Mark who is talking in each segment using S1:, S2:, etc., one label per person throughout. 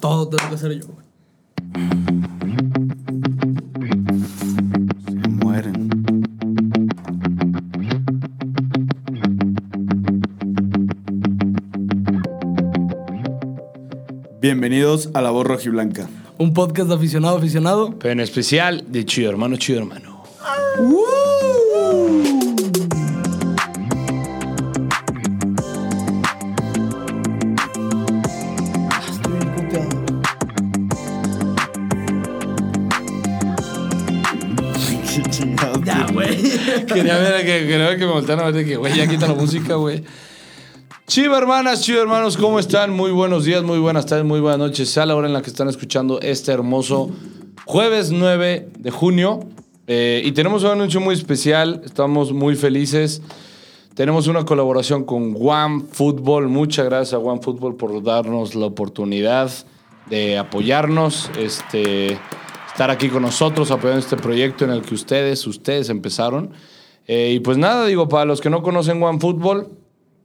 S1: todo tengo que hacer yo, güey.
S2: Se mueren. Bienvenidos a La Voz Rojiblanca.
S1: Un podcast de aficionado, aficionado.
S3: Pero en especial de Chido Hermano, Chido Hermano.
S1: Estoy bien puteado, güey.
S2: Qué chingado,
S1: Ya,
S2: tío.
S1: güey.
S3: Quería ver, que, quería que me voltearan a ver de que, güey, ya quita la música, güey. Chiva hermanas, chiva hermanos, ¿cómo están? Muy buenos días, muy buenas tardes, muy buenas noches. Sea la hora en la que están escuchando este hermoso jueves 9 de junio. Eh, y tenemos un anuncio muy especial, estamos muy felices. Tenemos una colaboración con One Football. Muchas gracias a One Football por darnos la oportunidad de apoyarnos, este, estar aquí con nosotros apoyando este proyecto en el que ustedes, ustedes empezaron. Eh, y pues nada, digo, para los que no conocen One Football,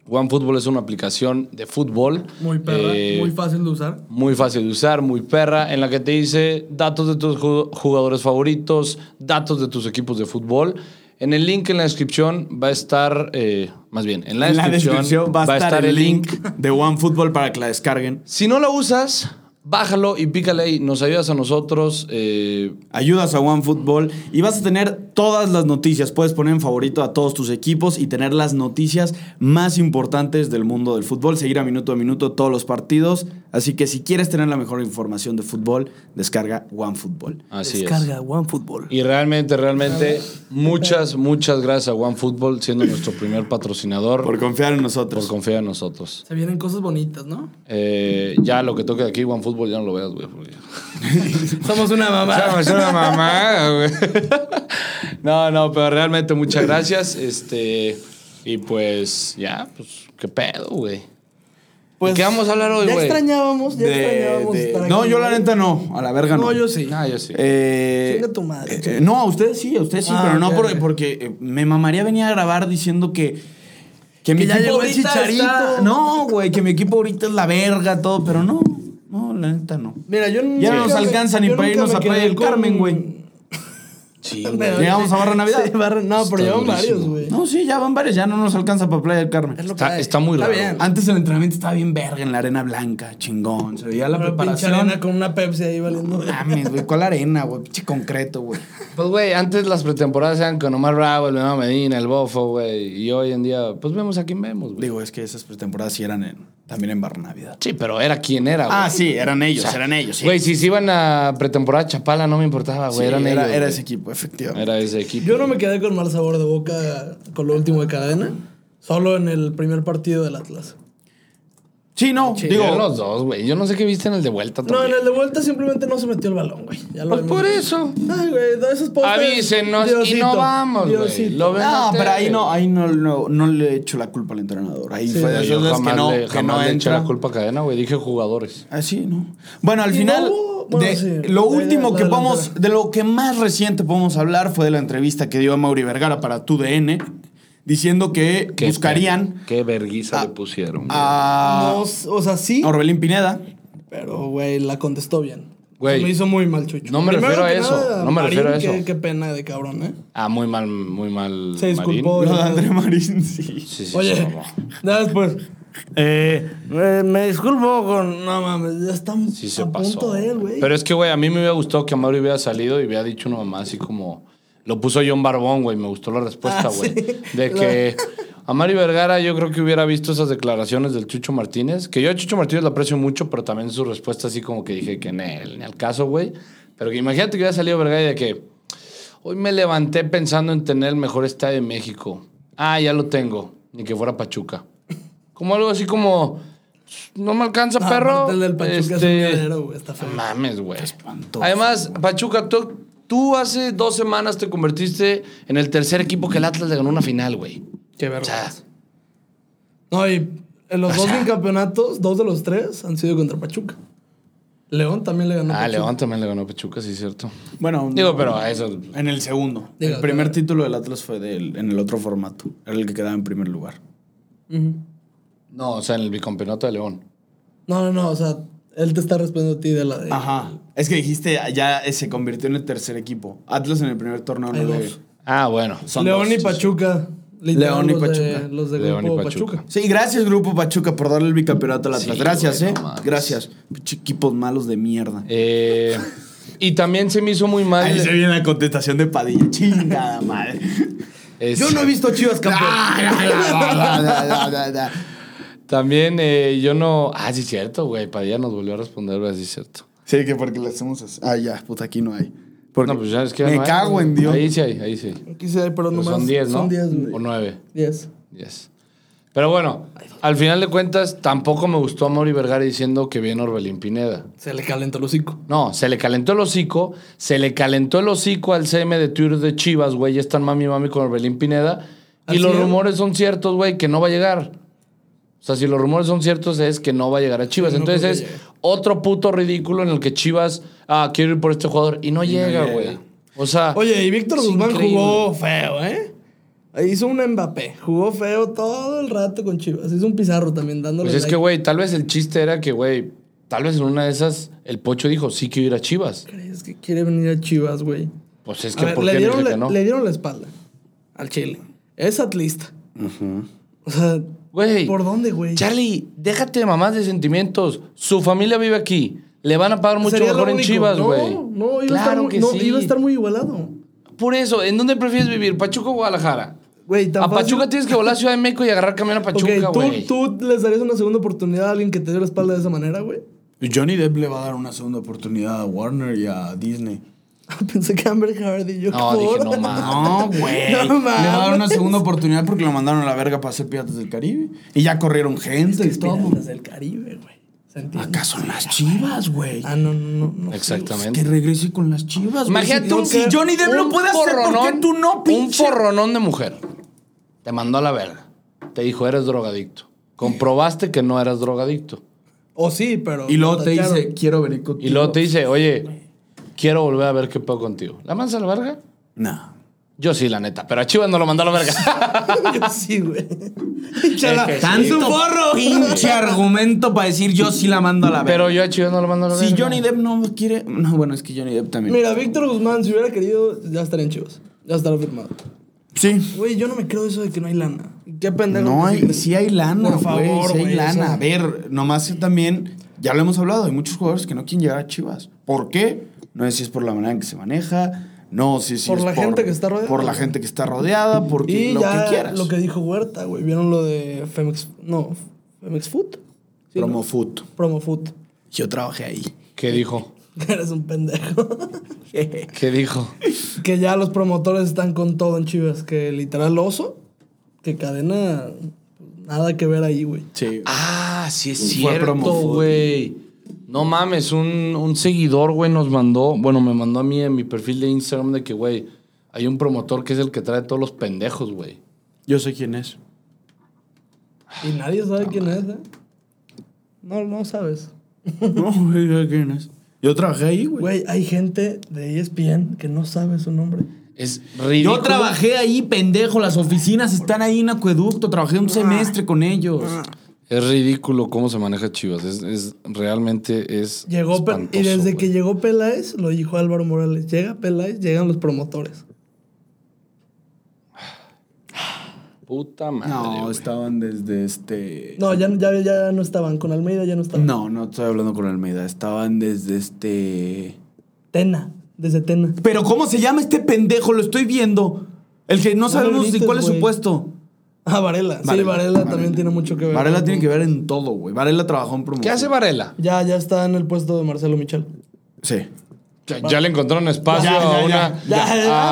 S3: One Football es una aplicación de fútbol.
S1: Muy perra,
S3: eh,
S1: muy fácil de usar.
S3: muy fácil de usar, muy perra, en la que te dice datos de tus ju- jugadores favoritos, datos de tus equipos de fútbol. En el link en la descripción va a estar, eh, más bien, en la,
S2: En la
S3: descripción,
S2: descripción va a estar, el link de OneFootball para que la descarguen.
S3: Si no lo usas, bájalo y pícale ahí. Nos ayudas a nosotros. eh,
S2: Ayudas a OneFootball y vas a tener todas las noticias. Puedes poner en favorito a todos tus equipos y tener las noticias más importantes del mundo del fútbol. Seguir a minuto a minuto todos los partidos. Así que si quieres tener la mejor información de fútbol, descarga OneFootball.
S3: así es.
S1: Descarga OneFootball.
S3: Y realmente, realmente, muchas, muchas gracias a OneFootball, siendo nuestro primer patrocinador,
S2: Por
S3: por,
S2: confiar en nosotros.
S3: confiar en nosotros.
S1: Se vienen cosas bonitas, ¿no?
S3: Eh, ya lo que toque de aquí, OneFootball, ya no lo veas, güey. porque-
S1: Somos una
S3: O sea,
S1: mamá.
S3: es una mamada, güey. No, no, pero realmente muchas gracias. Este, y pues, ya, pues, qué pedo, güey.
S2: Pues,
S3: ¿Y qué vamos a hablar hoy,
S1: Pues, ya
S3: güey?
S1: extrañábamos, ya
S2: De-
S1: extrañábamos.
S2: de-
S1: estar
S2: No,
S1: aquí,
S2: yo la
S1: güey.
S2: neta no. A la verga no.
S1: No, yo sí.
S3: Ah, yo sí.
S2: Eh,
S1: Chinga tu madre,
S2: eh,
S1: chinga.
S2: eh, no, a ustedes sí, a ustedes sí,
S1: Ah,
S2: pero no
S1: ok,
S2: porque,
S1: ok.
S2: porque, eh, me mamaría venir a grabar diciendo que. Que mi
S1: ya
S2: equipo
S1: llegó el
S2: ahorita
S1: Chicharito.
S2: está- No, güey, que mi equipo ahorita es la verga, todo, pero no. No, la neta no.
S1: Mira, yo
S2: Ya no nos alcanza ni para irnos a Playa del Carmen, güey.
S3: Sí,
S1: Pero
S3: güey.
S2: Llegamos
S1: sí.
S2: a Barra Navidad.
S1: Sí, Barra- no,
S3: Está
S1: pero llevan
S3: durísimo.
S1: varios, güey.
S2: No, sí, ya van varios, ya no nos alcanza para Playa del
S1: Es
S2: Carmen.
S1: lo que
S3: Está-
S1: hay.
S3: está muy raro.
S1: bien.
S2: Antes el entrenamiento estaba bien verga en la arena blanca, chingón. Se veía la
S1: Una pinche
S2: preparación.
S1: arena con una Pepsi ahí valiendo.
S2: Mames, güey, ¿cuál arena, güey? Pinche concreto, güey.
S3: Pues, güey, antes las pretemporadas eran con Omar Bravo, el Nueva Medina, el Bofo, güey. Y hoy en día, pues vemos a quién vemos, güey.
S2: Digo, es que esas pretemporadas sí eran en- también en Barra Navidad.
S3: Sí, pero era quien era, güey.
S2: Ah, sí, eran ellos,
S3: O sea,
S2: eran ellos. sí.
S3: Güey, si se iban a pretemporada Chapala, no me importaba, güey.
S2: Sí,
S3: eran
S2: era,
S3: ellos,
S2: era
S3: güey.
S2: ese equipo, efectivamente.
S3: Era ese equipo.
S1: Yo no me quedé con mal sabor de boca con lo último de cadena. Solo en el primer partido del Atlas.
S2: Sí, no,
S3: Digo,
S2: digo,
S3: los dos, güey. Yo no sé qué viste en el de vuelta
S1: No, en
S3: también.
S1: el de vuelta simplemente no se metió el balón, güey. Ya lo
S3: pues
S1: vimos.
S3: por eso.
S1: Ay, güey, de esos postes.
S3: Avísenos y no vamos, güey.
S1: Diosito.
S3: Lo ve-
S2: no,
S3: Fíjate.
S2: pero ahí no, ahí no, no, no le echo la culpa al entrenador. Ahí fue de
S3: Yo
S2: esas veces
S3: jamás
S2: que no,
S3: le,
S2: que
S3: jamás
S2: no
S3: le eché
S2: entra.
S3: la culpa a cadena, güey. Dije jugadores.
S2: Así, ¿no? Bueno, al
S1: Y
S2: final,
S1: no hubo- bueno,
S2: de-
S1: sí,
S2: lo
S1: de la-
S2: último
S1: la
S2: que
S1: delantera.
S2: podemos, de lo que más reciente podemos hablar fue de la entrevista que dio a Mauri Vergara para TUDN, diciendo que
S3: Qué
S2: buscarían
S3: pena. Qué verguiza
S2: Ah,
S3: le pusieron. güey.
S2: a
S1: No, o sea, sí.
S2: Orbelín Pineda.
S1: Pero, güey, la contestó bien.
S3: Güey,
S1: Me hizo muy mal, Chucho.
S3: no me
S1: Primero
S3: refiero a
S1: que
S3: eso, no me refiero a eso.
S1: Qué, qué pena de cabrón, ¿eh?
S3: Ah, muy mal, muy mal.
S1: Se disculpó.
S3: Marín.
S2: Lo de André Marín, sí.
S3: Sí, sí, se
S1: Oye,
S3: mamó.
S1: nada después. Eh, eh, me disculpo con. No mames, ya estamos
S3: Sí se
S1: a
S3: pasó.
S1: punto de él, güey.
S3: Pero es que, güey, a mí me hubiera gustado que Amaro hubiera salido y hubiera dicho una mamá así como... Lo puso John Barbón, güey. Me gustó la respuesta,
S1: Ah,
S3: güey.
S1: sí.
S3: De
S1: La-
S3: que... Amari Vergara yo creo que hubiera visto esas declaraciones del Chucho Martínez. Que yo a Chucho Martínez lo aprecio mucho, pero también su respuesta así como que dije que ni, ni al caso, güey. Pero que imagínate que hubiera salido Vergara y de que... Hoy me levanté pensando en tener el mejor estadio de México. Ah, ya lo tengo. Ni que fuera Pachuca. Como algo así como... No me alcanza,
S1: No,
S3: perro.
S1: Ah, aparte El del Pachuca es un
S3: Este,
S1: mierdero, güey. Está
S3: no
S1: feo.
S3: mames, güey.
S2: espantoso,
S3: Además, Pachuca, tú, tú hace dos semanas te convertiste en el tercer equipo que el Atlas le ganó una final, güey.
S1: Qué
S3: O sea,
S1: vergüenza. No, y en los
S3: O
S1: dos
S3: sea-
S1: bicampeonatos, dos de los tres han sido contra Pachuca. León también le ganó.
S3: ah,
S1: Pachuca.
S3: León también le ganó a Pachuca, sí, cierto.
S2: Bueno,
S3: Digo, pero a eso.
S2: En el segundo.
S1: Digo,
S2: el primer
S1: claro.
S2: título del Atlas fue del, en el otro formato. Era el que quedaba en primer lugar.
S1: Ujú.
S3: No, o sea, en el bicampeonato de León.
S1: No, no, no. O sea, Él te está respondiendo a ti de la de.
S2: Ajá. Es que dijiste, ya eh, se convirtió en el tercer equipo. Atlas en el primer torneo no
S1: Hay
S2: le-
S1: dos.
S3: Ah, bueno.
S2: son
S1: León
S2: dos.
S1: y Pachuca.
S2: León y
S1: los de-
S2: Pachuca.
S1: los de
S3: León y
S1: grupo
S3: Pachuca.
S1: Pachuca.
S2: Sí, gracias Grupo Pachuca por darle el bicampeonato al Atlas.
S3: Sí,
S2: gracias,
S3: güey,
S2: ¿eh?
S3: no mames.
S2: gracias. Pinche equipos malos de mierda.
S3: Eh, y también se me hizo muy mal.
S2: Ahí se viene la contestación de Padilla. Chingada madre.
S3: Es- Ah,
S2: Yo no he visto Chivas campeón.
S3: También eh, yo no. Ah, sí, cierto, güey. Padilla nos volvió a responder, güey, sí, cierto.
S2: sí, que porque le hacemos así. Ah, ya, puta, aquí no hay. Porque
S3: No, pues ya es que. ya
S2: me
S3: no hay,
S2: cago
S3: güey.
S2: en Dios.
S3: Ahí sí hay, ahí sí. hay.
S1: Aquí sí hay, pero
S3: Pero
S1: nomás.
S3: son 10, ¿no?
S1: Son 10,
S3: O
S1: güey.
S3: 9.
S1: 10.
S3: 10. Pero bueno, al final de cuentas, tampoco me gustó a Mauri Vergara diciendo que viene Orbelín Pineda.
S1: Se le calentó el hocico.
S3: No, se le calentó el hocico, se le calentó el hocico al CM de Twitter de Chivas, güey, ya están mami mami con Orbelín Pineda. Y
S1: Así
S3: los
S1: es.
S3: rumores son ciertos, güey, que no va a llegar. O sea, si los rumores son ciertos es que no va a llegar a Chivas.
S1: Sí, no creo
S3: Entonces
S1: que
S3: es
S1: llegue.
S3: otro puto ridículo en el que Chivas, ah, quiero ir por este jugador y no llega,
S2: llega.
S3: güey. O sea,
S1: Oye, y Víctor
S3: Ah. es
S1: Guzmán
S3: increíble.
S1: jugó feo, ¿eh? Hizo un Mbappé. Jugó feo todo el rato con Chivas. Hizo un Pizarro también dándole.
S3: Pues es
S1: like.
S3: que, güey, tal vez el chiste era que, güey, tal vez en una de esas el Pocho dijo, sí quiero ir a Chivas.
S1: ¿Crees que quiere venir a Chivas, güey?
S3: Pues es
S1: A
S3: que,
S1: ver,
S3: ¿por
S1: le,
S3: qué
S1: dieron
S3: dice
S1: la,
S3: que no?
S1: le dieron la espalda al Chile. Es atlista. O sea,
S3: Güey.
S1: ¿por dónde, güey?
S3: Charlie, déjate de mamás de sentimientos. Su familia vive aquí. Le van a pagar mucho
S1: Sería lo
S3: mejor en
S1: único.
S3: Chivas,
S1: No,
S3: güey.
S1: No, iba, a estar muy, no, iba a estar muy igualado.
S3: Por eso, ¿en dónde prefieres vivir? ¿Pachuca o Guadalajara?
S1: Güey, tan
S3: A
S1: fácil-
S3: Pachuca tienes que volar a Ciudad de México y agarrar camión a Pachuca,
S1: Ok,
S3: güey.
S1: ¿tú, ¿tú les darías una segunda oportunidad a alguien que te dio la espalda de esa manera, güey?
S2: Johnny Depp le va a dar una segunda oportunidad a Warner y a Disney.
S1: Pensé que Amber Heard y yo.
S3: No, dije,
S1: por-
S3: no, ma.
S2: No, Ah, güey.
S1: No
S2: le va a dar una
S1: mames.
S2: segunda oportunidad porque lo mandaron a la verga para hacer Piratas del Caribe. Y ya corrieron gente y todo.
S1: Piratas del Caribe, güey. ¿Se entiende?
S2: Acá son las chivas, güey.
S1: Ah, no, no, no. no
S2: Que
S3: Exactamente.
S2: regrese con las chivas, güey.
S3: Imagínate
S2: Si-
S3: un,
S2: Si Johnny Depp lo
S3: un
S2: puede hacer, ¿por qué
S3: porronón-
S2: tú no, pinche?
S3: Un porronón de mujer. Te mandó a la verga. Te dijo, eres drogadicto. Comprobaste que no eras drogadicto.
S1: O sí, pero.
S2: Y luego te
S1: tacharon.
S2: dice, quiero venir contigo.
S3: Y luego te dice, oye, quiero volver a ver qué puedo contigo. ¿La mandas a la verga?
S2: No.
S3: Yo sí, la neta. Pero a Chivas no lo mandó a la verga.
S1: Yo sí, güey. Chala,
S3: Es que
S1: tan
S3: sí.
S1: su
S2: Tanto
S1: porro.
S2: pinche argumento para decir yo sí la mando a la verga.
S3: Pero yo a Chivas no lo mando a la
S2: si
S3: verga.
S2: Johnny Depp no quiere. No, bueno, es que Johnny Depp también.
S1: Mira, Víctor Guzmán, si hubiera querido, ya estaría en chivos. Ya estaría firmado.
S2: Sí.
S1: Güey, yo no me creo eso de que no hay lana. Qué pendejo.
S2: No,
S1: que
S2: hay,
S1: sí.
S2: sí hay lana,
S1: Por favor,
S2: güey. Sí hay
S1: güey,
S2: lana.
S1: o sea-
S2: A ver, nomás que también, ya lo hemos hablado, hay muchos jugadores que no quieren llegar a Chivas. ¿Por qué? No sé si es por la manera en que se maneja, no sé si
S1: Por
S2: es
S1: la gente que está rodeada.
S2: Por la gente que está rodeada, porque
S1: Y
S2: lo
S1: ya
S2: que quieras.
S1: lo que dijo Huerta, güey. ¿Vieron lo de Femex? No, Femex Food. Sí,
S2: Promo
S1: ¿no?
S2: Food.
S1: Promo Food.
S2: Yo trabajé ahí.
S3: ¿Qué dijo?
S1: Eres un pendejo.
S3: ¿Qué dijo?
S1: que ya los promotores están con todo en Chivas. Que literal oso, que cadena, pues, nada que ver ahí, güey.
S2: Sí.
S3: Ah, sí es
S2: Fue promo food.
S3: güey. No mames, un, un seguidor, güey, nos mandó, bueno, me mandó a mí en mi perfil de Instagram de que, güey, hay un promotor que es el que trae todos los pendejos, güey.
S2: Yo sé quién es.
S1: Y nadie sabe quién es, ¿eh? No, no sabes.
S2: No, yo sé quién es. Yo trabajé ahí, güey.
S1: Güey, hay gente de E ESPN que no sabe su nombre.
S3: Es ridículo.
S2: Yo trabajé ahí, pendejo. Las oficinas están ahí en acueducto. Trabajé un
S1: Ah.
S2: semestre con ellos.
S3: Es ridículo cómo se maneja Chivas. Es, es- realmente es.
S1: Llegó Pe-
S3: espantoso,
S1: y desde
S3: güey.
S1: que llegó Peláez, lo dijo Álvaro Morales. Llega Peláez, llegan los promotores.
S3: Puta madre.
S2: No,
S3: güey.
S2: estaban desde este.
S1: No, ya, ya, ya no estaban. Con Almeida ya no estaban.
S2: No, no estoy hablando con Almeida. Estaban desde este.
S1: Tena, desde Tena.
S2: Pero ¿cómo se llama este pendejo? Lo estoy viendo. El que no sabemos
S1: grites,
S2: ni cuál es su
S1: güey.
S2: puesto.
S1: Ah, Varela. Sí,
S2: Varela,
S1: Varela,
S2: Varela.
S1: también tiene mucho que ver.
S2: Varela tiene que ver en todo, güey. Varela trabajó en promoción.
S3: ¿Qué hace Varela?
S1: Ya, ya está en el puesto de Marcelo Michel.
S2: Sí.
S3: Ya, ya le encontraron espacio
S2: Ya, ya,
S3: a
S2: ya.
S3: una.
S2: Ya,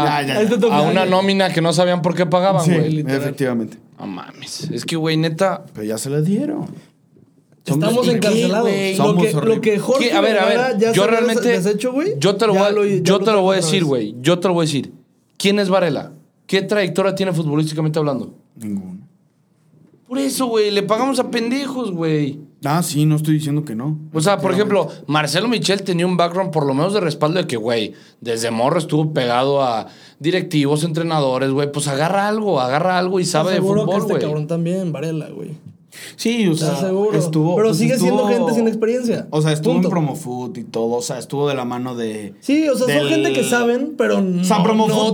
S3: a-
S2: ya, ya, Este ya.
S1: ahí está tu
S3: a una
S1: final.
S3: nómina que no sabían por qué pagaban,
S2: Sí,
S3: güey.
S1: Ah, literal.
S2: efectivamente.
S3: No mames. Es que, güey, neta.
S2: Pero ya se la dieron. Son
S1: Estamos
S2: dos-
S1: encarcelados.
S3: ¿Qué, güey?
S1: Lo
S2: Somos
S1: que, lo que
S2: horribles.
S1: Jorge
S3: ¿Qué? A ver, a
S1: Vergara
S3: ver.
S1: ya se
S3: yo
S1: había
S3: realmente.
S1: des- deshecho, güey.
S3: Yo te lo
S1: ya
S3: voy a,
S1: ya
S3: yo te lo
S1: trajo
S3: voy a
S1: otra
S3: decir,
S1: vez.
S3: güey. Yo te lo voy a decir. ¿Quién es Varela? ¿Qué trayectoria tiene futbolísticamente hablando?
S2: Ninguno.
S3: Por eso, güey. Le pagamos a pendejos, güey.
S2: Ah, sí, no estoy diciendo que no.
S3: O sea, por ejemplo, Marcelo Michel tenía un background por lo menos de respaldo de que, güey, desde morro estuvo pegado a directivos, entrenadores, güey. Pues agarra algo, agarra algo y sabe de
S1: Seguro que
S3: fútbol,
S1: este
S3: güey.
S1: cabrón también, Varela, güey.
S2: Sí, o
S1: Te
S2: sea,
S1: aseguro.
S2: estuvo.
S1: Pero
S2: pues
S1: sigue siendo
S2: estuvo-
S1: gente sin experiencia.
S2: O sea, estuvo
S1: Punto.
S2: en Promofoot y todo. O sea, estuvo de la mano de.
S1: Sí, o sea, son
S2: del-
S1: gente que saben, pero no,
S2: O sea, Promofoot,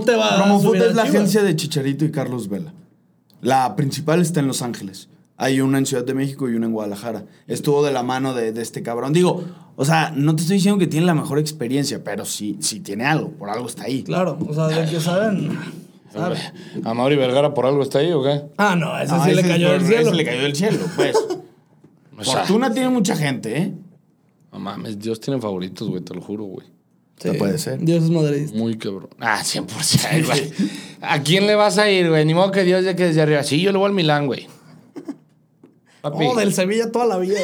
S1: no te va a
S2: Promofoot
S1: subir a
S2: es la
S1: Chivas.
S2: agencia de Chicharito y Carlos Vela. La principal está en Los Ángeles. Hay una en Ciudad de México y una en Guadalajara. Estuvo de la mano de, de este cabrón. Digo, o sea, no te estoy diciendo que tiene la mejor experiencia, pero sí, sí tiene algo. Por algo está ahí.
S1: Claro, o sea, de que saben.
S2: Ah,
S1: saben.
S3: ¿A Mauri Vergara por algo está ahí o qué?
S1: Ah, no, ese
S2: No,
S1: sí le
S2: ese es
S1: cayó
S2: por-
S1: del cielo.
S2: ese le cayó del cielo, pues.
S3: O sea,
S2: Fortuna tiene mucha gente, ¿eh?
S3: no mames, Dios tiene favoritos, güey, te lo juro, güey.
S1: Sí.
S2: No puede ser.
S1: Dios es madridista.
S3: Muy cabrón. Ah, 100%, güey. ¿A quién le vas a ir, güey? Ni modo que Dios de que desde arriba. Sí, yo le voy al Milán, güey. Papi.
S1: Oh, del Sevilla toda la vida.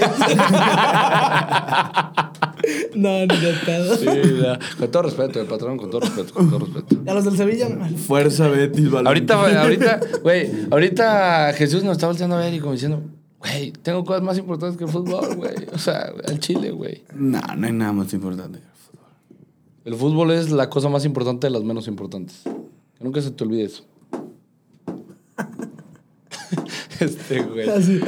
S1: no, ni de pedo.
S3: Sí, ya. Con todo respeto, el patrón, con todo respeto, con todo respeto.
S1: A los del Sevilla.
S2: Fuerza Betis, Valentín.
S3: Ahorita, güey, ahorita, güey, ahorita Jesús nos está volteando a ver y como diciendo, güey, tengo cosas más importantes que el fútbol, güey. O sea, al Chile, güey.
S2: No, no hay nada más importante.
S3: El fútbol es la cosa más importante de las menos importantes. Que nunca se te olvide eso. este, güey.
S1: Así.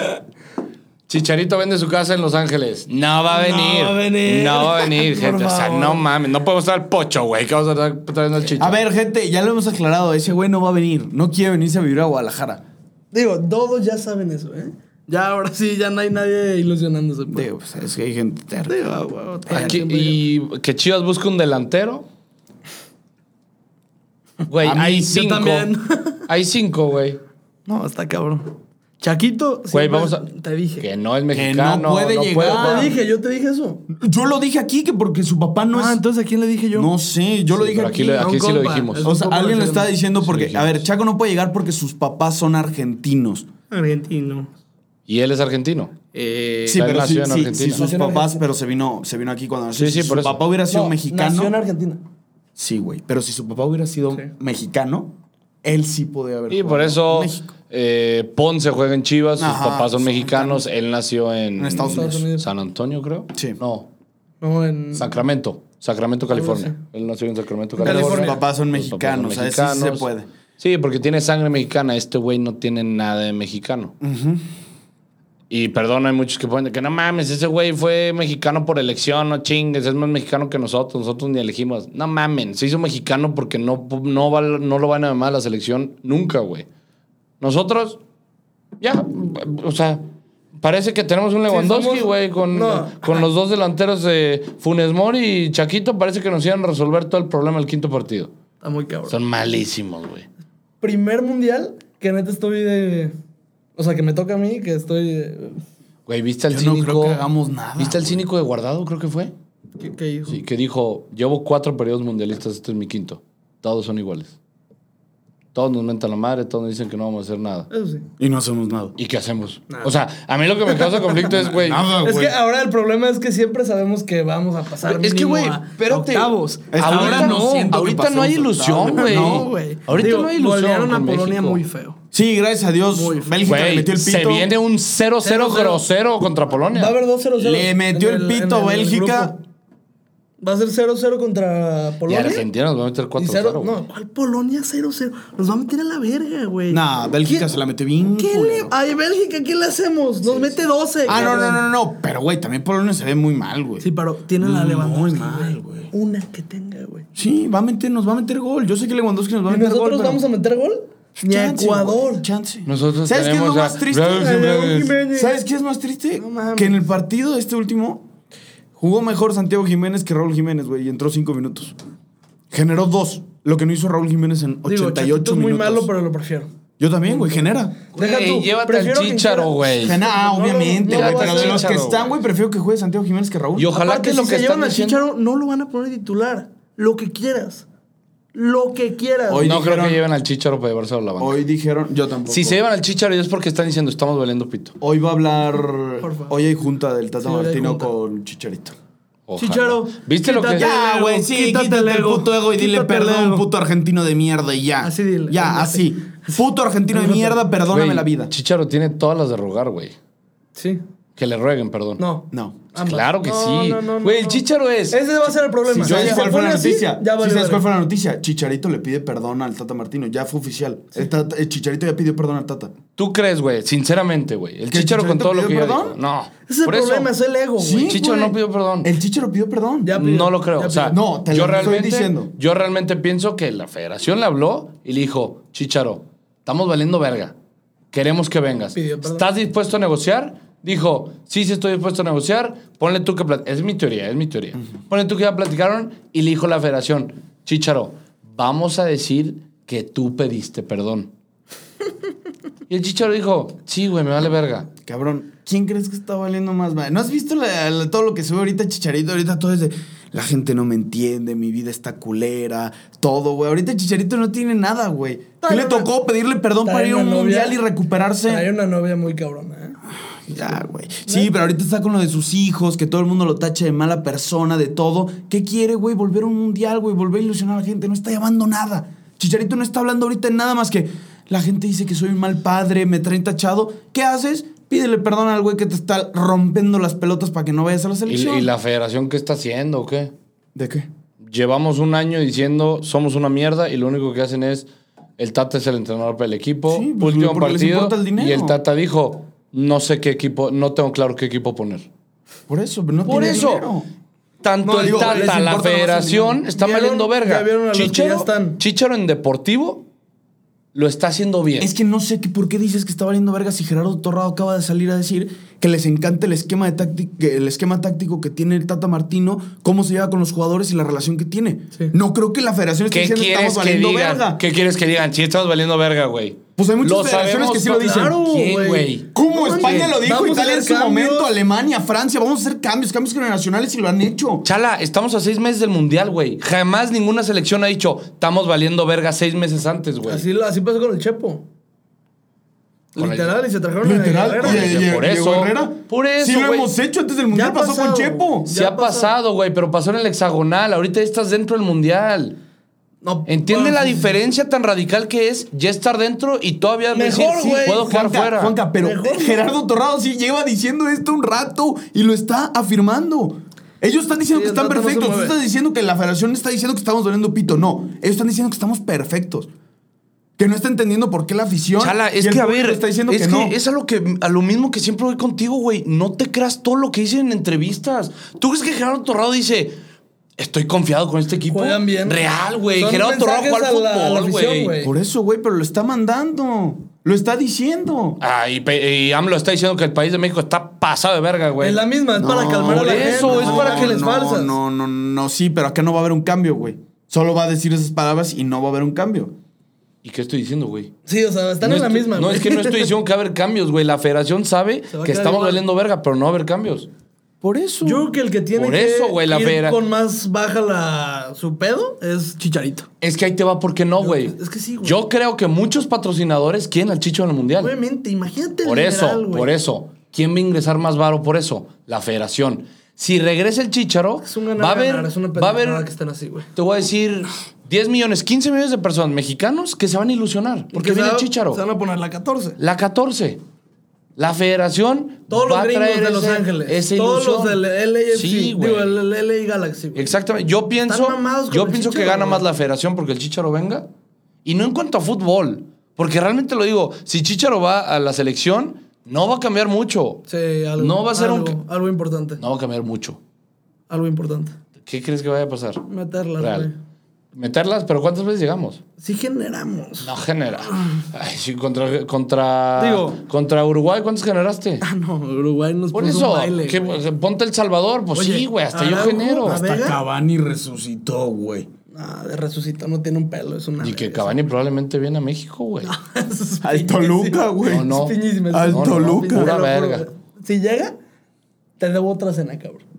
S3: Chicharito vende su casa en Los Ángeles. No va a venir.
S1: No va a venir.
S3: No va a venir,
S1: Por
S3: gente. O sea,
S1: favor.
S3: no mames. No podemos estar al pocho, güey. ¿Qué vamos a estar trayendo al
S2: A
S3: Chicharito?
S2: ver, gente, ya lo hemos aclarado. Ese güey no va a venir. No quiere venirse a vivir a Guadalajara.
S1: Digo, todos ya saben eso, ¿eh? Ya ahora sí, ya no hay nadie ilusionándose. pues.
S2: Digo, pues es que hay gente terca.
S1: Digo, ah, huevo,
S3: Aquí-
S1: siempre-
S3: y que Chivas busca un delantero. Güey,
S2: A mí,
S3: hay
S1: yo
S3: cinco.
S1: también.
S3: Hay cinco, güey.
S1: No, está cabrón. Chaquito, siempre
S3: Güey, vamos a.
S1: Te dije.
S3: Que no es mexicano.
S2: no puede llegar.
S1: Yo
S3: jugar.
S1: te dije, yo te dije eso.
S2: Yo lo dije aquí que porque su papá no
S1: ah,
S2: es.
S1: entonces ¿a quién le dije yo?
S2: No sé, yo lo
S3: Sí,
S2: dije
S3: pero
S2: aquí.
S3: aquí lo-
S1: a
S3: aquí
S1: un
S3: sí lo
S1: compa.
S3: dijimos.
S1: Es
S2: O
S1: un
S2: sea,
S1: poco
S2: alguien lo está
S1: referente.
S2: diciendo
S3: Sí,
S2: porque.
S3: dijimos.
S2: A ver, Chaco no puede llegar porque sus papás son argentinos.
S1: Argentino.
S3: Y él es argentino.
S2: Sí,
S3: Él
S2: pero
S3: nació
S2: sí,
S3: en
S2: sí,
S3: Argentina.
S2: sí, sus
S1: Nació en
S2: papás,
S1: Argentina.
S2: pero se vino, se vino aquí cuando nació.
S3: Sí, sí,
S2: si
S3: por
S2: su
S3: eso.
S2: papá hubiera sido
S1: No, Nació en
S2: mexicano.
S1: Argentina.
S2: Sí, güey. Pero si su papá hubiera sido
S1: Sí.
S2: mexicano, él sí podía haber.
S3: Y
S2: jugado
S3: por eso
S2: en México.
S3: eh, Ponce juega en Chivas, sus
S2: Ajá,
S3: papás son
S2: son
S3: mexicanos, él nació en,
S2: En Estados
S1: Estados
S2: Unidos.
S1: Unidos.
S3: San Antonio, creo.
S2: Sí.
S3: No,
S1: No, en.
S3: Sacramento, Sacramento, California.
S1: Algo
S3: Él nació en Sacramento,
S1: Pero
S3: California.
S1: sus
S2: papás son
S3: Sus
S2: mexicanos, o sea, sí se puede.
S3: Sí, porque tiene sangre mexicana, este güey no tiene nada de mexicano. Y perdón, hay muchos que ponen de que no mames, ese güey fue mexicano por elección, no chingues, es más mexicano que nosotros, nosotros ni elegimos. No mamen, se hizo mexicano porque no, no, va- no lo van a llamar a la selección nunca, güey. Nosotros, ya, o sea, parece que tenemos un Lewandowski,
S1: somos-
S3: güey, con,
S1: No.
S3: con los dos delanteros de Funes Mori y Chaquito, parece que nos iban a resolver todo el problema el quinto partido.
S1: Está muy cabrón.
S3: Son malísimos, güey.
S1: Primer mundial que neta estoy de. O sea, que me toca a mí, que estoy. de-
S3: Güey, ¿viste al
S2: Yo no
S3: cínico?
S2: creo que hagamos nada,
S3: ¿Viste al
S2: güey.
S3: cínico de Guardado, creo que fue?
S1: ¿Qué, qué hijo?
S3: Sí, que dijo, llevo cuatro periodos mundialistas, este es mi quinto. Todos son iguales. Todos nos mentan la madre, todos nos dicen que no vamos a hacer nada.
S1: Eso sí.
S2: Y no hacemos nada.
S3: ¿Y qué hacemos? O sea, a mí lo que me causa conflicto es, güey...
S2: Nada,
S1: Es
S2: güey.
S1: que ahora el problema es que siempre sabemos que vamos a pasar.
S3: Es que,
S1: mínimo
S3: güey,
S1: a
S3: espérate.
S1: octavos.
S2: Ahorita
S3: Ahorita
S2: no
S3: no,
S2: siento que
S3: ahorita no
S2: pasemos
S3: hay
S2: octavos.
S3: ilusión, güey.
S1: No, güey.
S3: Ahorita
S1: Digo,
S3: no hay ilusión.
S1: Golearon a
S3: con
S1: Polonia
S3: México.
S1: muy feo.
S2: Sí, gracias a Dios.
S1: Muy-
S2: Bélgica le
S3: Güey,
S2: metió el pito.
S3: se viene un 0-0
S1: 0-0.
S3: grosero contra Polonia.
S1: Va a haber 2-0.
S2: Le metió
S1: en
S2: el pito
S1: en
S2: Bélgica.
S1: grupo. Va a ser 0-0 contra
S3: y
S1: Polonia.
S3: Argentina nos va a meter
S1: Y
S3: 4-0.
S1: cero-
S3: güey.
S1: no, ¿cuál Polonia 0-0? Nos va a meter a la verga, güey.
S2: Nah, Bélgica se la metió bien.
S1: ¿Qué le...
S2: culero.
S1: Ay, Bélgica, ¿qué le hacemos? Nos mete 12.
S2: Ah, no,
S1: cabrón.
S2: no, no, no. Pero, güey, también Polonia se ve muy mal, güey.
S1: Sí, pero tiene la
S2: Muy
S1: Lewandowski,
S2: mal,
S1: güey.
S2: güey.
S1: Una que tenga, güey.
S2: Sí, va a meter, nos va a meter gol. Yo sé que Lewandowski nos va a
S1: ¿Y
S2: meter
S1: nosotros
S2: gol. pero-
S1: vamos a meter gol? Ni a
S2: Chance,
S1: Ecuador.
S2: güey, Chance.
S3: Nosotros
S2: ¿Sabes qué es lo
S3: tenemos a-
S2: más triste?
S3: Raúl Jiménez.
S2: ¿Sabes qué es más triste?
S1: No mames.
S2: que en el partido este último jugó mejor Santiago Jiménez que Raúl Jiménez, güey, y entró cinco minutos. Generó dos, lo que no hizo Raúl Jiménez en
S1: Digo,
S2: 88
S1: Chaquito es
S2: minutos.
S1: muy malo, pero lo prefiero.
S2: Yo también, güey, genera.
S1: Deja
S3: Güey,
S1: tú,
S3: llévate al
S1: prefiero que
S3: Chícharo,
S1: quiera-
S3: güey.
S2: Genera, ah,
S1: no lo- no
S2: obviamente,
S1: lo
S2: güey,
S1: va a
S2: pero de
S1: hacer
S2: los que
S3: Chicharo,
S2: están,
S3: güey.
S2: güey, prefiero que juegue Santiago Jiménez que Raúl.
S3: Y ojalá
S1: Aparte,
S3: que lo
S1: si
S3: que
S1: se
S3: están
S1: llevan a
S3: diciendo-
S1: Chicharo, no lo van a poner titular. Lo que quieras. Lo que quieras.
S2: Hoy
S3: no creo
S2: dijeron-
S3: que lleven al Chicharo para llevárselo a la banca.
S2: Hoy dijeron, yo tampoco.
S3: si se llevan al Chicharo, es porque están diciendo, estamos valiendo pito.
S2: Hoy va a hablar.
S1: favor.
S2: Hoy hay junta del Tata
S1: Sí, hoy hay
S2: Martino
S1: junta.
S2: con Chicharito.
S3: Ojalá.
S1: Chicharo,
S3: ¿Viste lo que.?
S1: quítate.
S2: Ya, güey, sí,
S1: Quítate
S2: quítate,
S1: el
S2: el
S1: ego.
S2: puto ego y dile
S1: Quítate el
S2: perdón,
S1: ego.
S2: puto argentino de mierda y ya.
S1: Así dile,
S2: Ya,
S1: ándate.
S2: así. Puto argentino de mierda, perdóname
S3: Güey,
S2: la vida.
S3: Chicharo tiene todas las de rogar, güey.
S1: Sí.
S3: Que le rueguen, perdón.
S1: No.
S2: No.
S1: Ambas.
S3: Claro que
S1: No,
S3: sí.
S1: no, no, no,
S3: Güey, el
S1: no.
S3: chícharo es.
S1: Ese va a ser el problema.
S2: Si
S1: Si
S2: sabes
S1: se
S2: cuál fue
S1: pone
S2: la
S1: así,
S2: noticia,
S1: ya
S2: si
S1: valió
S2: sabes
S1: verga.
S2: cuál fue la noticia, Chicharito le pide perdón al Tata Martino, ya fue oficial. El, Tata- el Chicharito ya pidió perdón al Tata.
S3: ¿Tú crees, güey? Sinceramente, güey. El
S2: ¿Que
S3: chicharo con
S2: Chicharito
S3: todo lo
S2: pidió
S3: que yo
S2: perdón?
S3: digo. No.
S1: Ese es el
S3: Por eso,
S1: problema, es el ego, güey.
S3: Sí. Chicho no pidió perdón.
S2: El Chicharo pidió perdón.
S1: Ya pidió,
S3: No lo creo.
S1: ya
S3: O sea,
S1: pidió.
S2: No, te
S3: yo
S2: lo estoy
S3: realmente,
S2: diciendo.
S3: Yo realmente pienso que la federación le habló y le dijo, Chicharo, estamos valiendo verga. Queremos que vengas.
S1: Pidió perdón.
S3: ¿Estás dispuesto a negociar? Dijo, sí, sí estoy dispuesto a negociar. Ponle tú que... plat-". Es mi teoría, es mi teoría. Ponle tú que ya platicaron y le dijo la federación, Chicharo, vamos a decir que tú pediste perdón. y el Chicharo dijo, sí, güey, me vale verga.
S2: Cabrón, ¿quién crees que está valiendo más? madre? ¿No has visto la- la- todo lo que sube ahorita Chicharito? Ahorita todo es de, la gente no me entiende, mi vida está culera, todo, güey. Ahorita Chicharito no tiene nada, güey. ¿Qué
S1: Trae
S2: le
S1: una-
S2: tocó pedirle perdón
S1: Trae
S2: para ir a un
S1: una novia-
S2: mundial y
S1: Trae
S2: recuperarse?
S1: una novia muy cabrona, ¿eh?
S2: Ya, güey. Sí, pero ahorita está con lo de sus hijos, que todo el mundo lo tacha de mala persona, de todo. ¿Qué quiere, güey? Volver a un mundial, güey, volver a ilusionar a la gente. No está llamando nada. Chicharito no está hablando ahorita en nada más que la gente dice que soy un mal padre, me traen tachado. ¿Qué haces? Pídele perdón al güey que te está rompiendo las pelotas para que no vayas a la
S3: ¿Y,
S2: selección.
S3: y la federación qué está haciendo o qué?
S2: ¿De qué?
S3: Llevamos un año diciendo somos una mierda y lo único que hacen es el Tata es el entrenador para el equipo,
S2: Sí, pues,
S3: último
S2: porque les
S3: partido
S2: importa el dinero.
S3: y el Tata dijo no sé qué equipo, no tengo claro qué equipo poner.
S2: Por eso, pero no
S3: Por
S2: tiene
S3: eso.
S2: dinero.
S3: Tanto
S2: No,
S3: el
S2: digo, les
S3: Tata,
S2: importa
S3: la
S2: más el
S3: Federación
S2: dinero.
S3: está
S1: ¿Vieron?
S3: valiendo verga.
S1: Ya vieron a los que
S3: Chicharo,
S1: ya están.
S3: Chicharo en deportivo lo está haciendo bien.
S2: Es que no sé qué- por qué dices que está valiendo verga si Gerardo Torrado acaba de salir a decir que les encanta el esquema, de tácti- que el esquema táctico que tiene el Tata Martino, cómo se lleva con los jugadores y la relación que tiene.
S1: Sí.
S2: No creo que la federación esté
S3: ¿Qué
S2: diciendo
S3: quieres
S2: estamos
S3: que
S2: valiendo
S3: digan?
S2: verga.
S3: ¿Qué quieres que digan? Sí, estamos valiendo verga, güey.
S2: Pues hay muchas
S3: Lo
S2: federaciones
S3: sabemos
S2: que sí lo
S3: todos.
S2: dicen.
S1: Claro,
S3: ¿Quién, güey?
S1: güey.
S2: ¿Cómo?
S1: No
S2: España
S1: manches,
S2: lo dijo,
S1: vamos a
S2: Italia en
S1: hacer
S2: su
S1: cambios.
S2: momento, Alemania, Francia. Vamos a hacer cambios, cambios generacionales y lo han hecho.
S3: Chala, estamos a seis meses del mundial, güey. Jamás ninguna selección ha dicho, estamos valiendo verga seis meses antes, güey.
S1: Así, lo- así pasó con el Chepo.
S3: Con el-
S1: Literal, y se trajeron a
S2: Literal,
S1: Herrera.
S2: oye,
S3: Oye,
S2: oye,
S3: por
S2: Diego
S3: eso-
S2: Herrera.
S3: por
S2: Sí
S3: eso,
S2: lo
S3: güey.
S2: hemos hecho antes del mundial,
S1: ha
S2: pasó con
S1: pasado.
S2: Chepo.
S3: Se
S1: Ya
S3: ha pasado, güey, pero pasó en el hexagonal. Ahorita ya estás dentro del mundial.
S1: No,
S3: ¿Entiende
S1: bueno,
S3: la
S1: sí, sí.
S3: diferencia tan radical que es ya estar dentro y todavía decir,
S1: Mejor, güey.
S3: puedo quedar
S2: Juanca,
S3: fuera?
S2: Juanca, pero
S1: Mejor.
S2: Gerardo Torrado sí lleva diciendo esto un rato y lo está afirmando. Ellos están diciendo
S1: Sí,
S2: que
S1: el
S2: están
S1: rato no se
S2: perfectos. Tú
S1: mueve.
S2: estás diciendo que la federación está diciendo que estamos doliendo pito. No, ellos están diciendo que estamos perfectos. Que no está entendiendo por qué la afición.
S3: Chala, es
S2: y el
S3: que a
S2: público
S3: ver,
S2: Está diciendo
S3: es
S2: que,
S3: que,
S2: no.
S3: es a lo, que, a lo mismo que siempre voy contigo, güey. No te creas todo lo que dicen en entrevistas. ¿Tú crees que Gerardo Torrado dice, estoy confiado con este equipo?
S1: Juegan bien.
S3: Real, güey.
S1: Son
S3: Gerardo Torrado
S1: mensajes
S3: juega al
S1: a la- a la
S3: fútbol,
S1: afición,
S3: güey.
S1: güey.
S2: Por eso, güey, pero lo está mandando. Lo está diciendo.
S3: Ah, y, pe- y AMLO está diciendo que el país de México está pasado de verga, güey.
S1: Es la misma, es para calmar a
S3: por
S1: la
S3: eso,
S1: gente,
S3: es
S1: no,
S3: para que
S1: les
S2: no,
S1: falsas.
S2: No, no, no, sí, pero acá no va a haber un cambio, güey. Solo va a decir esas palabras y no va a haber un cambio.
S3: ¿Y qué estoy diciendo, güey?
S1: Sí, o sea, están
S3: no
S1: en la
S3: estoy-
S1: misma.
S3: No,
S1: güey.
S3: es que no estoy diciendo que va a haber cambios, güey. La federación sabe
S1: Se va a
S3: que
S1: quedar
S3: estamos
S1: igual.
S3: valiendo verga, pero no va a haber cambios.
S2: Por eso.
S1: Yo creo que el que tiene
S3: Por
S1: que
S3: eso, güey, la
S1: ir
S3: federa-
S1: con más baja la, su pedo es Chicharito.
S3: Es que ahí te va, ¿por qué no, güey?
S1: es que sí, güey.
S3: Yo creo que muchos patrocinadores quieren al Chicho en el Mundial.
S1: Obviamente, imagínate el
S3: Por eso,
S1: liberal, güey.
S3: por eso. ¿Quién va a ingresar más varo por eso? La federación. Si regresa el Chicharo,
S1: Es un ganar,
S3: va a haber,
S1: ganar, es una
S3: va a haber-
S1: pendejada que están así, güey.
S3: te voy a decir, 10 millones, 15 millones de personas mexicanos que se van a ilusionar
S1: Que
S3: porque
S1: se
S3: viene el
S1: va-
S3: Chicharo.
S1: Se van a poner la 14.
S3: La 14. La federación
S1: Todos los
S3: va a
S1: gringos
S3: traer
S1: de Los
S3: ese-
S1: Ángeles.
S3: esa
S1: todos los del
S3: ilusión.
S1: LAFC.
S3: Sí, güey.
S1: digo, el LA Galaxy. güey.
S3: Exactamente. Yo pienso,
S1: Están mamados con
S3: yo
S1: el
S3: pienso que
S1: Chícharo,
S3: gana
S1: güey.
S3: más la federación porque el Chicharo venga. Y no en cuanto a fútbol. Porque realmente lo digo, si Chicharo va a la selección, no va a cambiar mucho.
S1: Sí, algo.
S3: No va a ser un-
S1: algo, Algo importante.
S3: No va a cambiar mucho.
S1: Algo importante.
S3: ¿Qué crees que vaya a pasar?
S1: Meterla, güey.
S3: Real. Meterlas, pero ¿cuántas veces llegamos?
S1: Sí generamos.
S3: No genera. Ay, sí, contra, contra,
S1: Digo-
S3: contra Uruguay, ¿cuántas generaste?
S1: Ah, no, Uruguay nos
S3: Por
S1: puso
S3: eso,
S1: un baile.
S3: que-
S1: güey.
S3: ponte El Salvador. Pues
S1: Oye,
S3: sí, güey, hasta yo
S1: Araujo,
S3: genero.
S1: a ver. Vega?
S2: Cavani resucitó, güey.
S1: Ah, de resucitó no tiene un pelo, es una.
S3: Y que
S1: verga.
S3: Cavani probablemente viene a México, güey.
S1: Eso es
S2: Al
S1: piñísimo.
S2: Toluca, güey.
S3: No, no.
S1: Es piñísimo, es-
S2: Al
S1: no, no,
S2: Toluca.
S1: te lo
S3: Pura
S1: juro,
S3: verga.
S1: güey. Si llega, te debo otra cena, cabrón.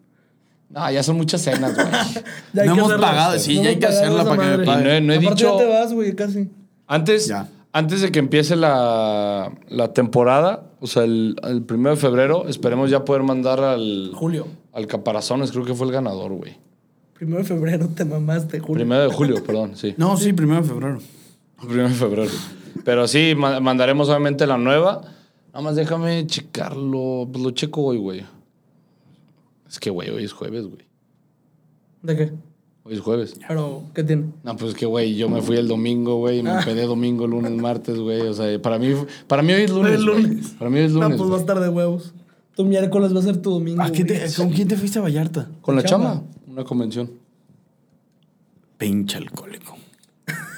S3: No, ya son muchas cenas, güey.
S1: Ya hay
S2: No
S1: que
S2: hemos
S1: hacerla.
S2: pagado, sí,
S1: No
S2: ya
S1: hemos
S2: hay que
S1: pagado
S2: hacerla
S1: esa
S2: para que me
S1: madre.
S2: paguen.
S3: Y no- no he
S1: Aparte,
S3: dicho-
S1: ya te vas, güey, casi.
S3: Antes,
S2: Ya.
S3: antes de que empiece la, la temporada, o sea, el, el primero de febrero, esperemos ya poder mandar al,
S1: Julio.
S3: al Caparazones, creo que fue el ganador, güey.
S1: Primero de febrero te mamaste, Julio.
S3: Primero de julio, perdón, sí.
S2: No, sí, primero de febrero.
S3: Primero de febrero. Pero sí, ma- mandaremos obviamente la nueva. Nada más déjame checarlo. Pues lo checo hoy, güey. Es que, güey, hoy es jueves, güey.
S1: ¿De qué?
S3: Hoy es jueves.
S1: Pero, ¿qué tiene?
S3: No, pues es que, güey, yo me fui el domingo, güey,
S1: Ah.
S3: y me pedí domingo, lunes, martes, güey. O sea, para mí, para mí hoy es lunes.
S1: Es
S3: güey.
S1: lunes.
S3: Para mí hoy es lunes.
S1: no, pues va a
S3: güey.
S1: estar de huevos. Tu miércoles va a ser tu domingo.
S2: ¿A qué te-
S1: güey.
S2: ¿Con quién te fuiste a Vallarta?
S3: Con la
S1: Chamba.
S3: chama, una convención.
S2: Pinche alcohólico.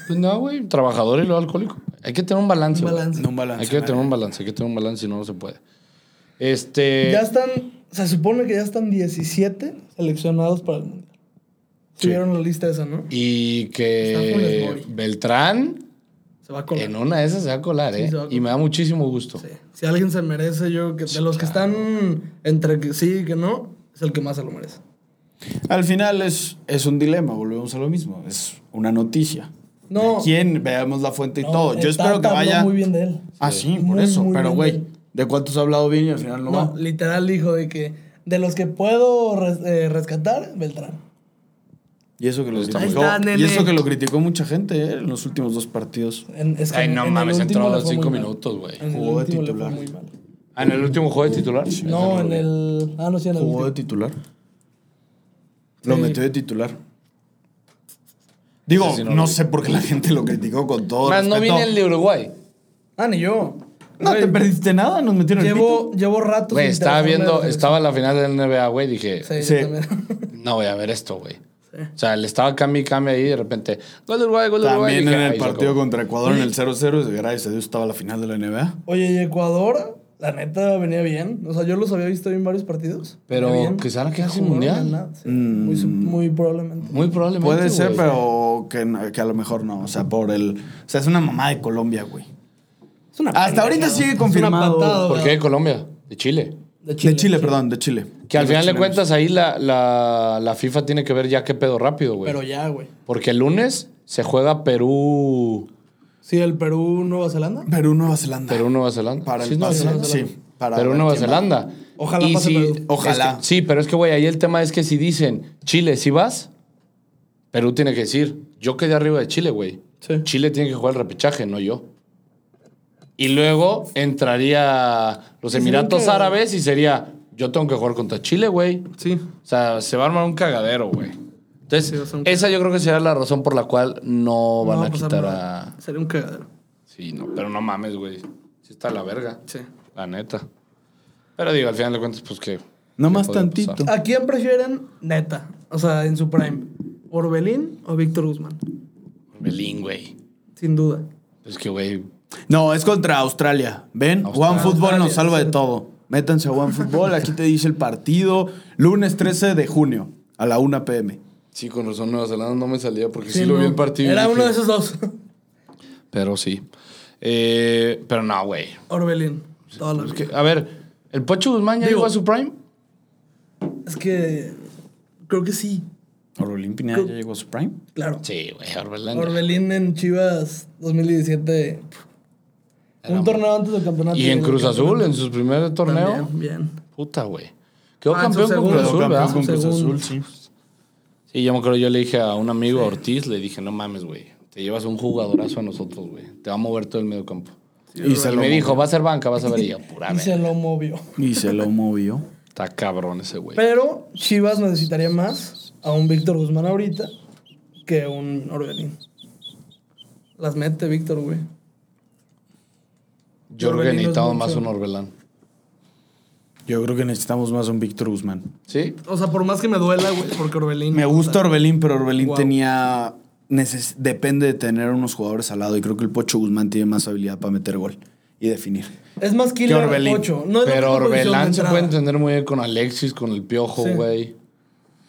S3: Pues no, güey, trabajador y luego alcohólico. Hay que tener un balance.
S1: Un
S3: güey.
S1: balance.
S2: No un balance.
S3: Hay que
S2: madre.
S3: tener un balance, hay que tener un balance, si no, no se puede. Este.
S1: Ya están, se supone que ya están 17 seleccionados para el mundial.
S3: Sí.
S1: Tuvieron la lista esa, ¿no?
S3: Y
S1: Está full
S3: que
S1: Smoy.
S3: Beltrán
S1: Se va a colar.
S3: en una de esas se va a colar, ¿eh?
S1: Sí, se va a colar.
S3: Y me da muchísimo gusto.
S1: Sí. Si alguien se merece, yo, que de los que están entre que sí y que no, es el que más se lo merece.
S2: Al final es, es un dilema, volvemos a lo mismo. Es una noticia.
S1: No.
S2: ¿De quién? Veamos la fuente y todo.
S1: No,
S2: Yo
S1: el
S2: espero que
S1: Tata habló
S2: vaya.
S1: muy bien de él.
S2: Ah, sí, por
S1: Muy,
S2: eso.
S1: muy
S2: Pero,
S1: bien
S2: güey,
S1: de-
S2: ¿de cuántos ha hablado bien y al final no,
S1: No,
S2: va?
S1: literal dijo de que de los que puedo res- eh, rescatar, Beltrán.
S2: Y eso que lo
S3: Está
S2: criticó.
S1: muy bien. Ahí está,
S2: y
S1: nene.
S2: eso que lo criticó mucha gente eh, en los últimos dos partidos.
S1: En- es que
S3: Ay,
S1: en-
S3: no
S1: en el
S3: mames,
S1: último
S3: entró a
S1: le
S3: los
S1: fue muy
S3: cinco
S1: mal.
S3: minutos, güey.
S1: En el
S2: Jugó de
S1: último le fue
S2: titular.
S1: muy mal.
S3: Ah, en el último juego de titular.
S1: No, en el. Ah, no, sí, en el.
S2: ¿Jugó de
S1: último.
S2: titular? Lo
S1: Sí.
S2: metió de titular. Digo,
S3: Sí, sí, no
S2: no,
S3: lo vi.
S2: sé por qué la gente lo criticó con todo
S3: Más, no
S2: respeto.
S3: viene el de Uruguay.
S1: Ah, ni yo.
S2: No te
S1: Güey,
S2: perdiste nada, nos metieron el pito.
S1: Llevo, llevo rato.
S3: Güey,
S1: sin
S3: estaba
S1: interesarme en
S3: viendo,
S1: la
S3: estaba la final del NBA, güey, dije,
S1: selección.
S2: Sí.
S1: Sí, yo también.
S3: no voy a ver esto, güey.
S1: Sí.
S3: O sea, le estaba cambio y cambio ahí y de repente, gol de Uruguay, gol de Uruguay.
S2: También
S3: dije,
S2: en
S3: "Ay,
S2: el
S3: se
S2: partido
S3: acabó".
S2: contra Ecuador en el 0-0, gracias a Dios estaba la final de la NBA.
S1: Oye, y Ecuador, la neta venía bien. O sea, yo los había visto en varios partidos.
S3: Pero
S1: Venía bien.
S3: quizá la queda sin
S1: Jugaron
S3: mundial.
S1: en la- sí, muy, su- muy probablemente.
S3: Muy probablemente,
S2: Puede ser,
S3: güey.
S2: pero que, no- que a lo mejor no. O sea, por el. O sea, es una mamá de Colombia, güey.
S1: Es una
S2: Hasta
S1: pena,
S2: ahorita
S1: ¿no?
S2: sigue
S1: Es
S2: confirmado.
S1: una patada,
S3: ¿Por qué de
S1: ¿verdad?
S3: Colombia? De Chile.
S1: De
S2: de Chile, perdón, de Chile.
S3: Que al
S2: De los
S3: final de
S2: chilenos.
S3: cuentas ahí la, la, la FIFA tiene que ver ya qué pedo rápido, güey.
S1: Pero ya, güey.
S3: Porque el lunes se juega Perú,
S1: Sí, el Perú, Nueva Zelanda.
S2: Perú, Nueva Zelanda.
S3: Perú Nueva Zelanda.
S2: Para
S3: Sí,
S2: el
S3: Nueva
S2: pase,
S3: Zelanda.
S2: sí. Para
S3: Perú
S2: ver
S3: Nueva
S2: quién va.
S3: Zelanda.
S1: Ojalá
S3: Y
S1: pase
S3: si-
S1: Perú.
S2: Ojalá.
S3: es que- sí, pero es que güey, ahí el tema es que si dicen Chile, si vas, Perú tiene que decir, yo quedé arriba de Chile, güey.
S1: Sí.
S3: Chile tiene que jugar el repechaje, no yo. Y luego entraría los
S1: Sí, sería
S3: Emiratos
S1: un cagadero.
S3: Árabes y sería, yo tengo que jugar contra Chile, güey.
S1: Sí.
S3: O sea, se va a armar un cagadero, güey.
S1: Sí,
S3: Entonces,
S1: va a ser un
S3: esa yo creo que será la razón por la cual no van a
S1: pasar
S3: quitar
S1: nada.
S3: a...
S1: Sería un cagadero.
S3: Sí, no, pero no mames, güey. Sí está la verga,
S1: Sí.
S3: la neta. Pero digo, al final de cuentas, pues que...
S2: No
S3: ¿qué pues,
S2: más
S3: podría
S2: tantito.
S3: pasar?
S1: ¿A quién prefieren neta? O sea, en su prime. ¿Orbelín o Víctor Guzmán?
S3: Belín, ah, güey.
S1: Sin duda.
S3: Es que, güey,
S2: No, es contra Australia. Ven,
S3: Australia.
S2: One Football nos
S1: Australia,
S2: salva de
S1: sí.
S2: todo. Métanse a One Football, aquí te dice el partido. Lunes 13 de junio, a la 1 pm.
S3: sí, con razón Nueva Zelanda no me salía porque sí,
S1: Sí,
S3: lo vi
S1: no.
S3: en partido. y
S1: Era
S3: dije,
S1: uno de esos dos.
S3: Pero sí. Eh, pero no, güey.
S1: Orbelín. Toda la
S3: Es
S1: vida.
S3: que, a ver, ¿el Pocho Guzmán ya
S1: Digo-
S3: llegó a su prime?
S1: Es que. Creo que sí.
S2: Orbelín Pineda ya llegó a su prime.
S1: Claro.
S3: Sí, güey, Orbelín.
S1: Orbelín en Chivas 2017.
S3: Era-
S1: Un torneo antes del campeonato.
S3: Y en Cruz
S1: El
S3: Azul,
S1: campeonato.
S3: en su primer torneo.
S1: También, bien.
S3: Puta, güey. Quedó
S1: Ah, en su
S3: campeón con
S1: segundo. Quedó
S3: Cruz Azul,
S1: campeón
S3: ¿verdad?
S1: con Cruz Azul,
S2: sí.
S3: Sí, yo me acuerdo, yo le dije a un amigo, a Ortiz, le dije, no mames, güey. Te llevas un jugadorazo a nosotros, güey. Te va a mover todo el medio campo.
S2: Y se
S3: Él
S2: lo
S3: me dijo,
S2: movió.
S3: va a ser banca, vas a ver. Y yo, pura
S1: Y se
S3: verga.
S1: lo movió.
S2: Y se lo movió.
S3: Está cabrón ese güey.
S1: Pero Chivas necesitaría más a un Víctor Guzmán ahorita que un Orbelín. Las mete Víctor, güey.
S3: Yo creo que
S1: Orbelín es
S3: necesitamos
S1: mucho.
S3: más un Orbelán.
S2: Yo creo que necesitamos más un Víctor Guzmán.
S3: ¿Sí?
S1: O sea, por más que me duela, güey, porque Orbelín.
S2: Me gusta Orbelín, pero Orbelín
S1: Guau.
S2: tenía. neces- depende de tener unos jugadores al lado. Y creo que el Pocho Guzmán tiene más habilidad para meter gol y definir.
S1: Es más
S2: Que
S1: killer
S2: Orbelín.
S1: el Pocho. No es la misma
S3: Pero
S1: posición de
S3: Orbelán se
S1: entrada.
S3: puede entender muy bien con Alexis, con el Piojo,
S1: Sí.
S3: güey.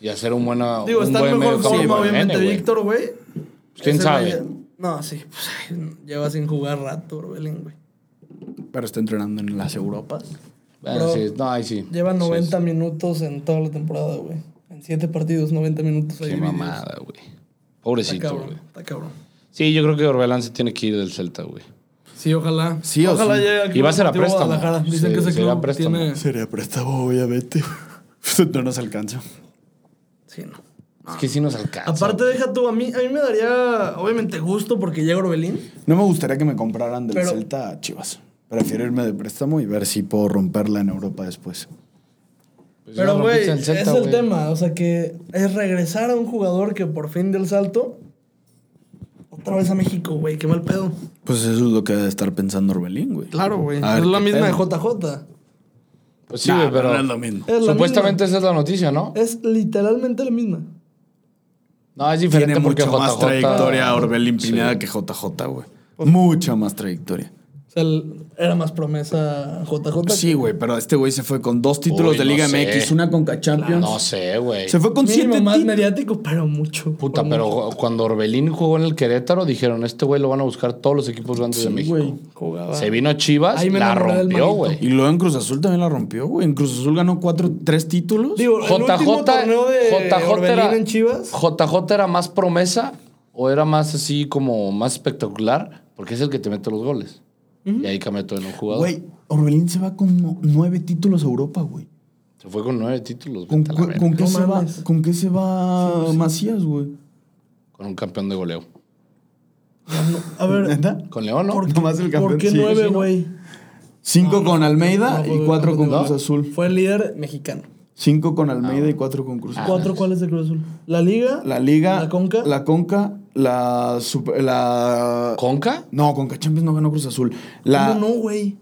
S3: Y hacer un, buena,
S1: Digo,
S3: un
S1: está
S3: buen
S1: en mejor
S3: medio campo
S1: forma,
S3: con el
S1: obviamente,
S3: nene, güey. Pues,
S1: Víctor, güey.
S3: ¿Quién
S1: Ese
S3: sabe?
S1: güey- No, sí. Pues, ay, lleva sin jugar rato, Orbelín, güey.
S2: Pero está entrenando en las Europas.
S3: Bueno,
S1: Bro,
S3: Ah, sí, no, ahí sí.
S1: Lleva
S3: Sí,
S1: 90
S3: sí.
S1: minutos en toda la temporada, güey. En 7 partidos, 90 minutos. ahí
S3: Qué
S1: divididos.
S3: mamada, güey.
S1: Está
S3: Pobrecito,
S1: cabrón,
S3: güey.
S1: está cabrón.
S3: Sí, yo creo que Orbelán se tiene que ir del Celta, güey.
S1: Sí, ojalá.
S2: Sí, o
S1: ojalá
S2: sí.
S1: llegue al
S3: Y va a ser a
S1: Club Deportivo
S3: préstamo.
S1: Guadalajara. Dicen
S3: Sí,
S1: que ese
S3: será
S1: club
S3: préstamo.
S1: tiene...
S2: Sería préstamo, obviamente. no nos alcanza.
S1: Sí, no.
S3: Es que Ah, sí nos alcanza.
S1: Aparte,
S3: güey.
S1: deja tú, a mí, a mí me daría, obviamente, gusto porque llega Orbelín.
S2: No me gustaría que me compraran del
S1: Pero-
S2: Celta a Chivas. Prefiero irme de préstamo y ver si puedo romperla en Europa después.
S3: Pues ya
S1: Pero, güey,
S3: rompiste el
S1: es
S3: Celta,
S1: el
S3: güey.
S1: tema. O sea, que es regresar a un jugador que por fin dio el salto otra vez a México, güey. Qué mal pedo.
S2: Pues eso es lo que debe estar pensando Orbelín, güey.
S1: Claro, güey.
S2: A ver,
S1: Es la
S2: qué
S1: misma de
S2: pedo.
S1: JJ.
S3: Pues sí, güey, pero.
S2: No es lo mismo.
S1: Es la
S3: Supuestamente esa es la noticia, ¿no?
S1: misma. Es literalmente la misma.
S3: No, es diferente
S2: Tiene
S3: porque
S2: mucha
S3: JJ.
S2: más trayectoria Orbelín Pineda que JJ, güey.
S1: Pues,
S2: Mucha más trayectoria.
S1: O sea, el- era más promesa JJ.
S2: Sí, güey, pero este güey se fue con dos títulos
S3: Uy,
S2: de
S3: no
S2: Liga
S3: sé.
S2: MX, una Conca Champions.
S3: No sé, güey.
S2: Se fue con
S1: Mínimo
S2: siete
S1: más
S2: títulos.
S1: mediático, pero mucho.
S3: Puta,
S1: Por
S3: pero
S1: mucho.
S3: ju- cuando Orbelín jugó en el Querétaro, dijeron, este güey lo van a buscar todos los equipos grandes de México.
S2: güey.
S1: Jugaba.
S3: Se vino a Chivas,
S1: Ah. Ahí me
S3: la
S1: enamoré del
S3: rompió,
S1: manito.
S3: güey.
S2: Y luego en Cruz Azul también la rompió, güey. En Cruz Azul ganó cuatro, tres títulos.
S1: Digo, el
S3: JJ
S1: último torneo de
S3: JJ
S1: Orbelín
S3: era-
S1: en Chivas.
S3: JJ era más promesa o era más así como más espectacular porque es el que te mete los goles. Y ahí cambió todo en un jugador.
S2: Güey, Orbelín se va con no- nueve títulos a Europa, güey.
S3: Se fue con nueve títulos.
S2: ¿Con,
S3: vete a la
S2: cu-
S3: verga.
S2: con qué
S1: No
S2: se va,
S1: mames. pues
S2: ¿Con qué se va Macías, güey?
S3: Con un campeón de goleo.
S1: A ver,
S2: ¿Neta?
S3: Con León, ¿no?
S1: ¿por,
S2: Nomás el campeón,
S1: ¿por qué
S2: sí,
S1: nueve,
S2: sí, ¿no?
S1: güey?
S2: Cinco con Almeida
S1: No,
S2: y
S1: güey,
S2: cuatro con
S1: no.
S2: Cruz Azul.
S1: Fue el líder mexicano.
S2: Cinco
S3: Ah,
S2: con Almeida y cuatro con Cruz Azul.
S1: ¿Cuatro cuáles de Cruz Azul? La Liga.
S2: La Liga.
S1: La Conca.
S2: La Conca. La. Super- la-
S3: ¿Conca?
S2: No, Conca Champions no ganó Cruz Azul. La.
S1: ¿Cómo no, güey?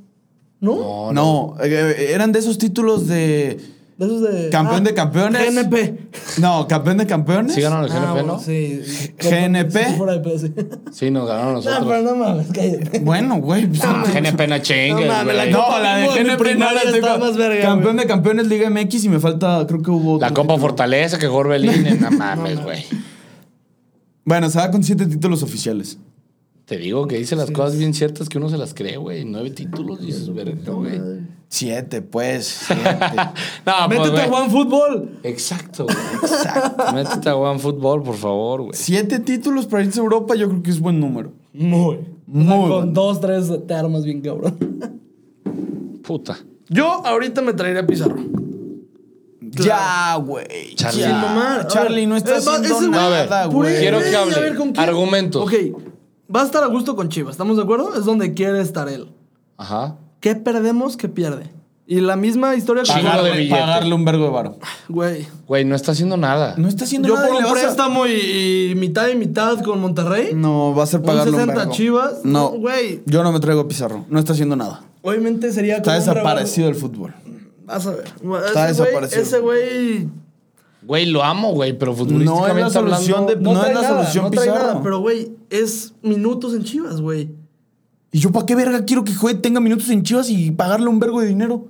S1: ¿No?
S3: No, no.
S2: No, eh, eran de esos títulos de.
S1: De esos de. ah,
S2: Campeón de campeones.
S1: GNP.
S2: No, campeón de campeones.
S3: Sí ganaron el
S1: Ah,
S3: GNP,
S1: bueno,
S3: ¿no? Sí.
S1: Sí.
S2: GNP.
S1: Sí, Fuera de pedo, sí.
S3: nos ganaron
S1: No,
S3: nosotros.
S1: pero no mames, cállate.
S2: Bueno, güey. pues,
S3: Ah, GNP no chingues,
S1: No mames,
S3: güey.
S1: la
S2: No, la de
S1: Bueno, mi
S2: GNP no
S1: primaria
S2: la estoy
S1: estaba
S2: con-
S1: más verga,
S2: Campeón de campeones Liga MX y me falta, creo que hubo.
S3: La
S2: otro
S3: Copa
S2: título.
S3: Fortaleza que jugó Orbelín. No mames, güey.
S2: Bueno, se va con siete títulos oficiales.
S3: Te digo que dice las cosas bien ciertas que uno se las cree, güey. Nueve títulos y dices, verga, güey.
S2: Siete, pues. siete.
S3: No, pues,
S1: Métete a
S3: güey.
S1: One Fútbol.
S3: Exacto, güey. Exacto. Métete a One Football, por favor, güey.
S2: siete títulos para irse a Europa, yo creo que es buen número.
S1: Pues Muy.
S2: Muy bueno.
S1: con dos, tres te armas bien, cabrón.
S3: Puta.
S1: Yo ahorita me traería a Pizarro.
S2: Ya, güey.
S3: Charlie.
S2: ya.
S3: Sin
S1: mamar.
S2: Charlie no está
S1: Eh, va-
S2: haciendo
S1: ese güey-
S2: nada,
S3: A ver,
S1: Puré,
S2: güey.
S3: Quiero que
S1: a
S3: hable.
S1: ver, ¿con quién?
S3: Argumentos.
S1: Ok. Va a estar a gusto con Chivas, ¿estamos de acuerdo? Es donde quiere estar él.
S3: Ajá.
S1: ¿Qué perdemos? ¿Qué pierde? Y la misma historia con
S3: Chingo de
S2: pagarle,
S3: billete.
S2: pagarle un vergo de varo.
S1: Güey.
S3: Güey, no está haciendo nada.
S2: No está haciendo
S1: Yo
S2: nada. y
S1: por
S2: le
S1: un
S2: vas a-
S1: préstamo y, y mitad y mitad con Monterrey.
S2: No, va a ser
S1: Un
S2: pagarle un
S1: 60
S2: vergo.
S1: Chivas.
S2: No,
S1: Güey.
S2: Yo no me traigo a Pizarro. No está haciendo nada.
S1: Obviamente sería
S2: Está
S1: como un regalo.
S2: desaparecido el fútbol.
S1: Vas a ver.
S2: Está
S1: ese güey,
S2: desaparecido.
S1: ese güey
S3: Güey, lo amo, güey,
S2: No
S3: pero
S2: es
S3: futbolísticamente
S2: la solución
S3: hablando...
S2: de No,
S1: trae
S2: es la
S1: nada,
S2: solución
S1: no trae
S2: Pizarro.
S1: nada, pero güey, es minutos en Chivas, güey.
S2: ¿Y yo para qué verga quiero que juegue, tenga minutos en Chivas y pagarle un vergo de dinero?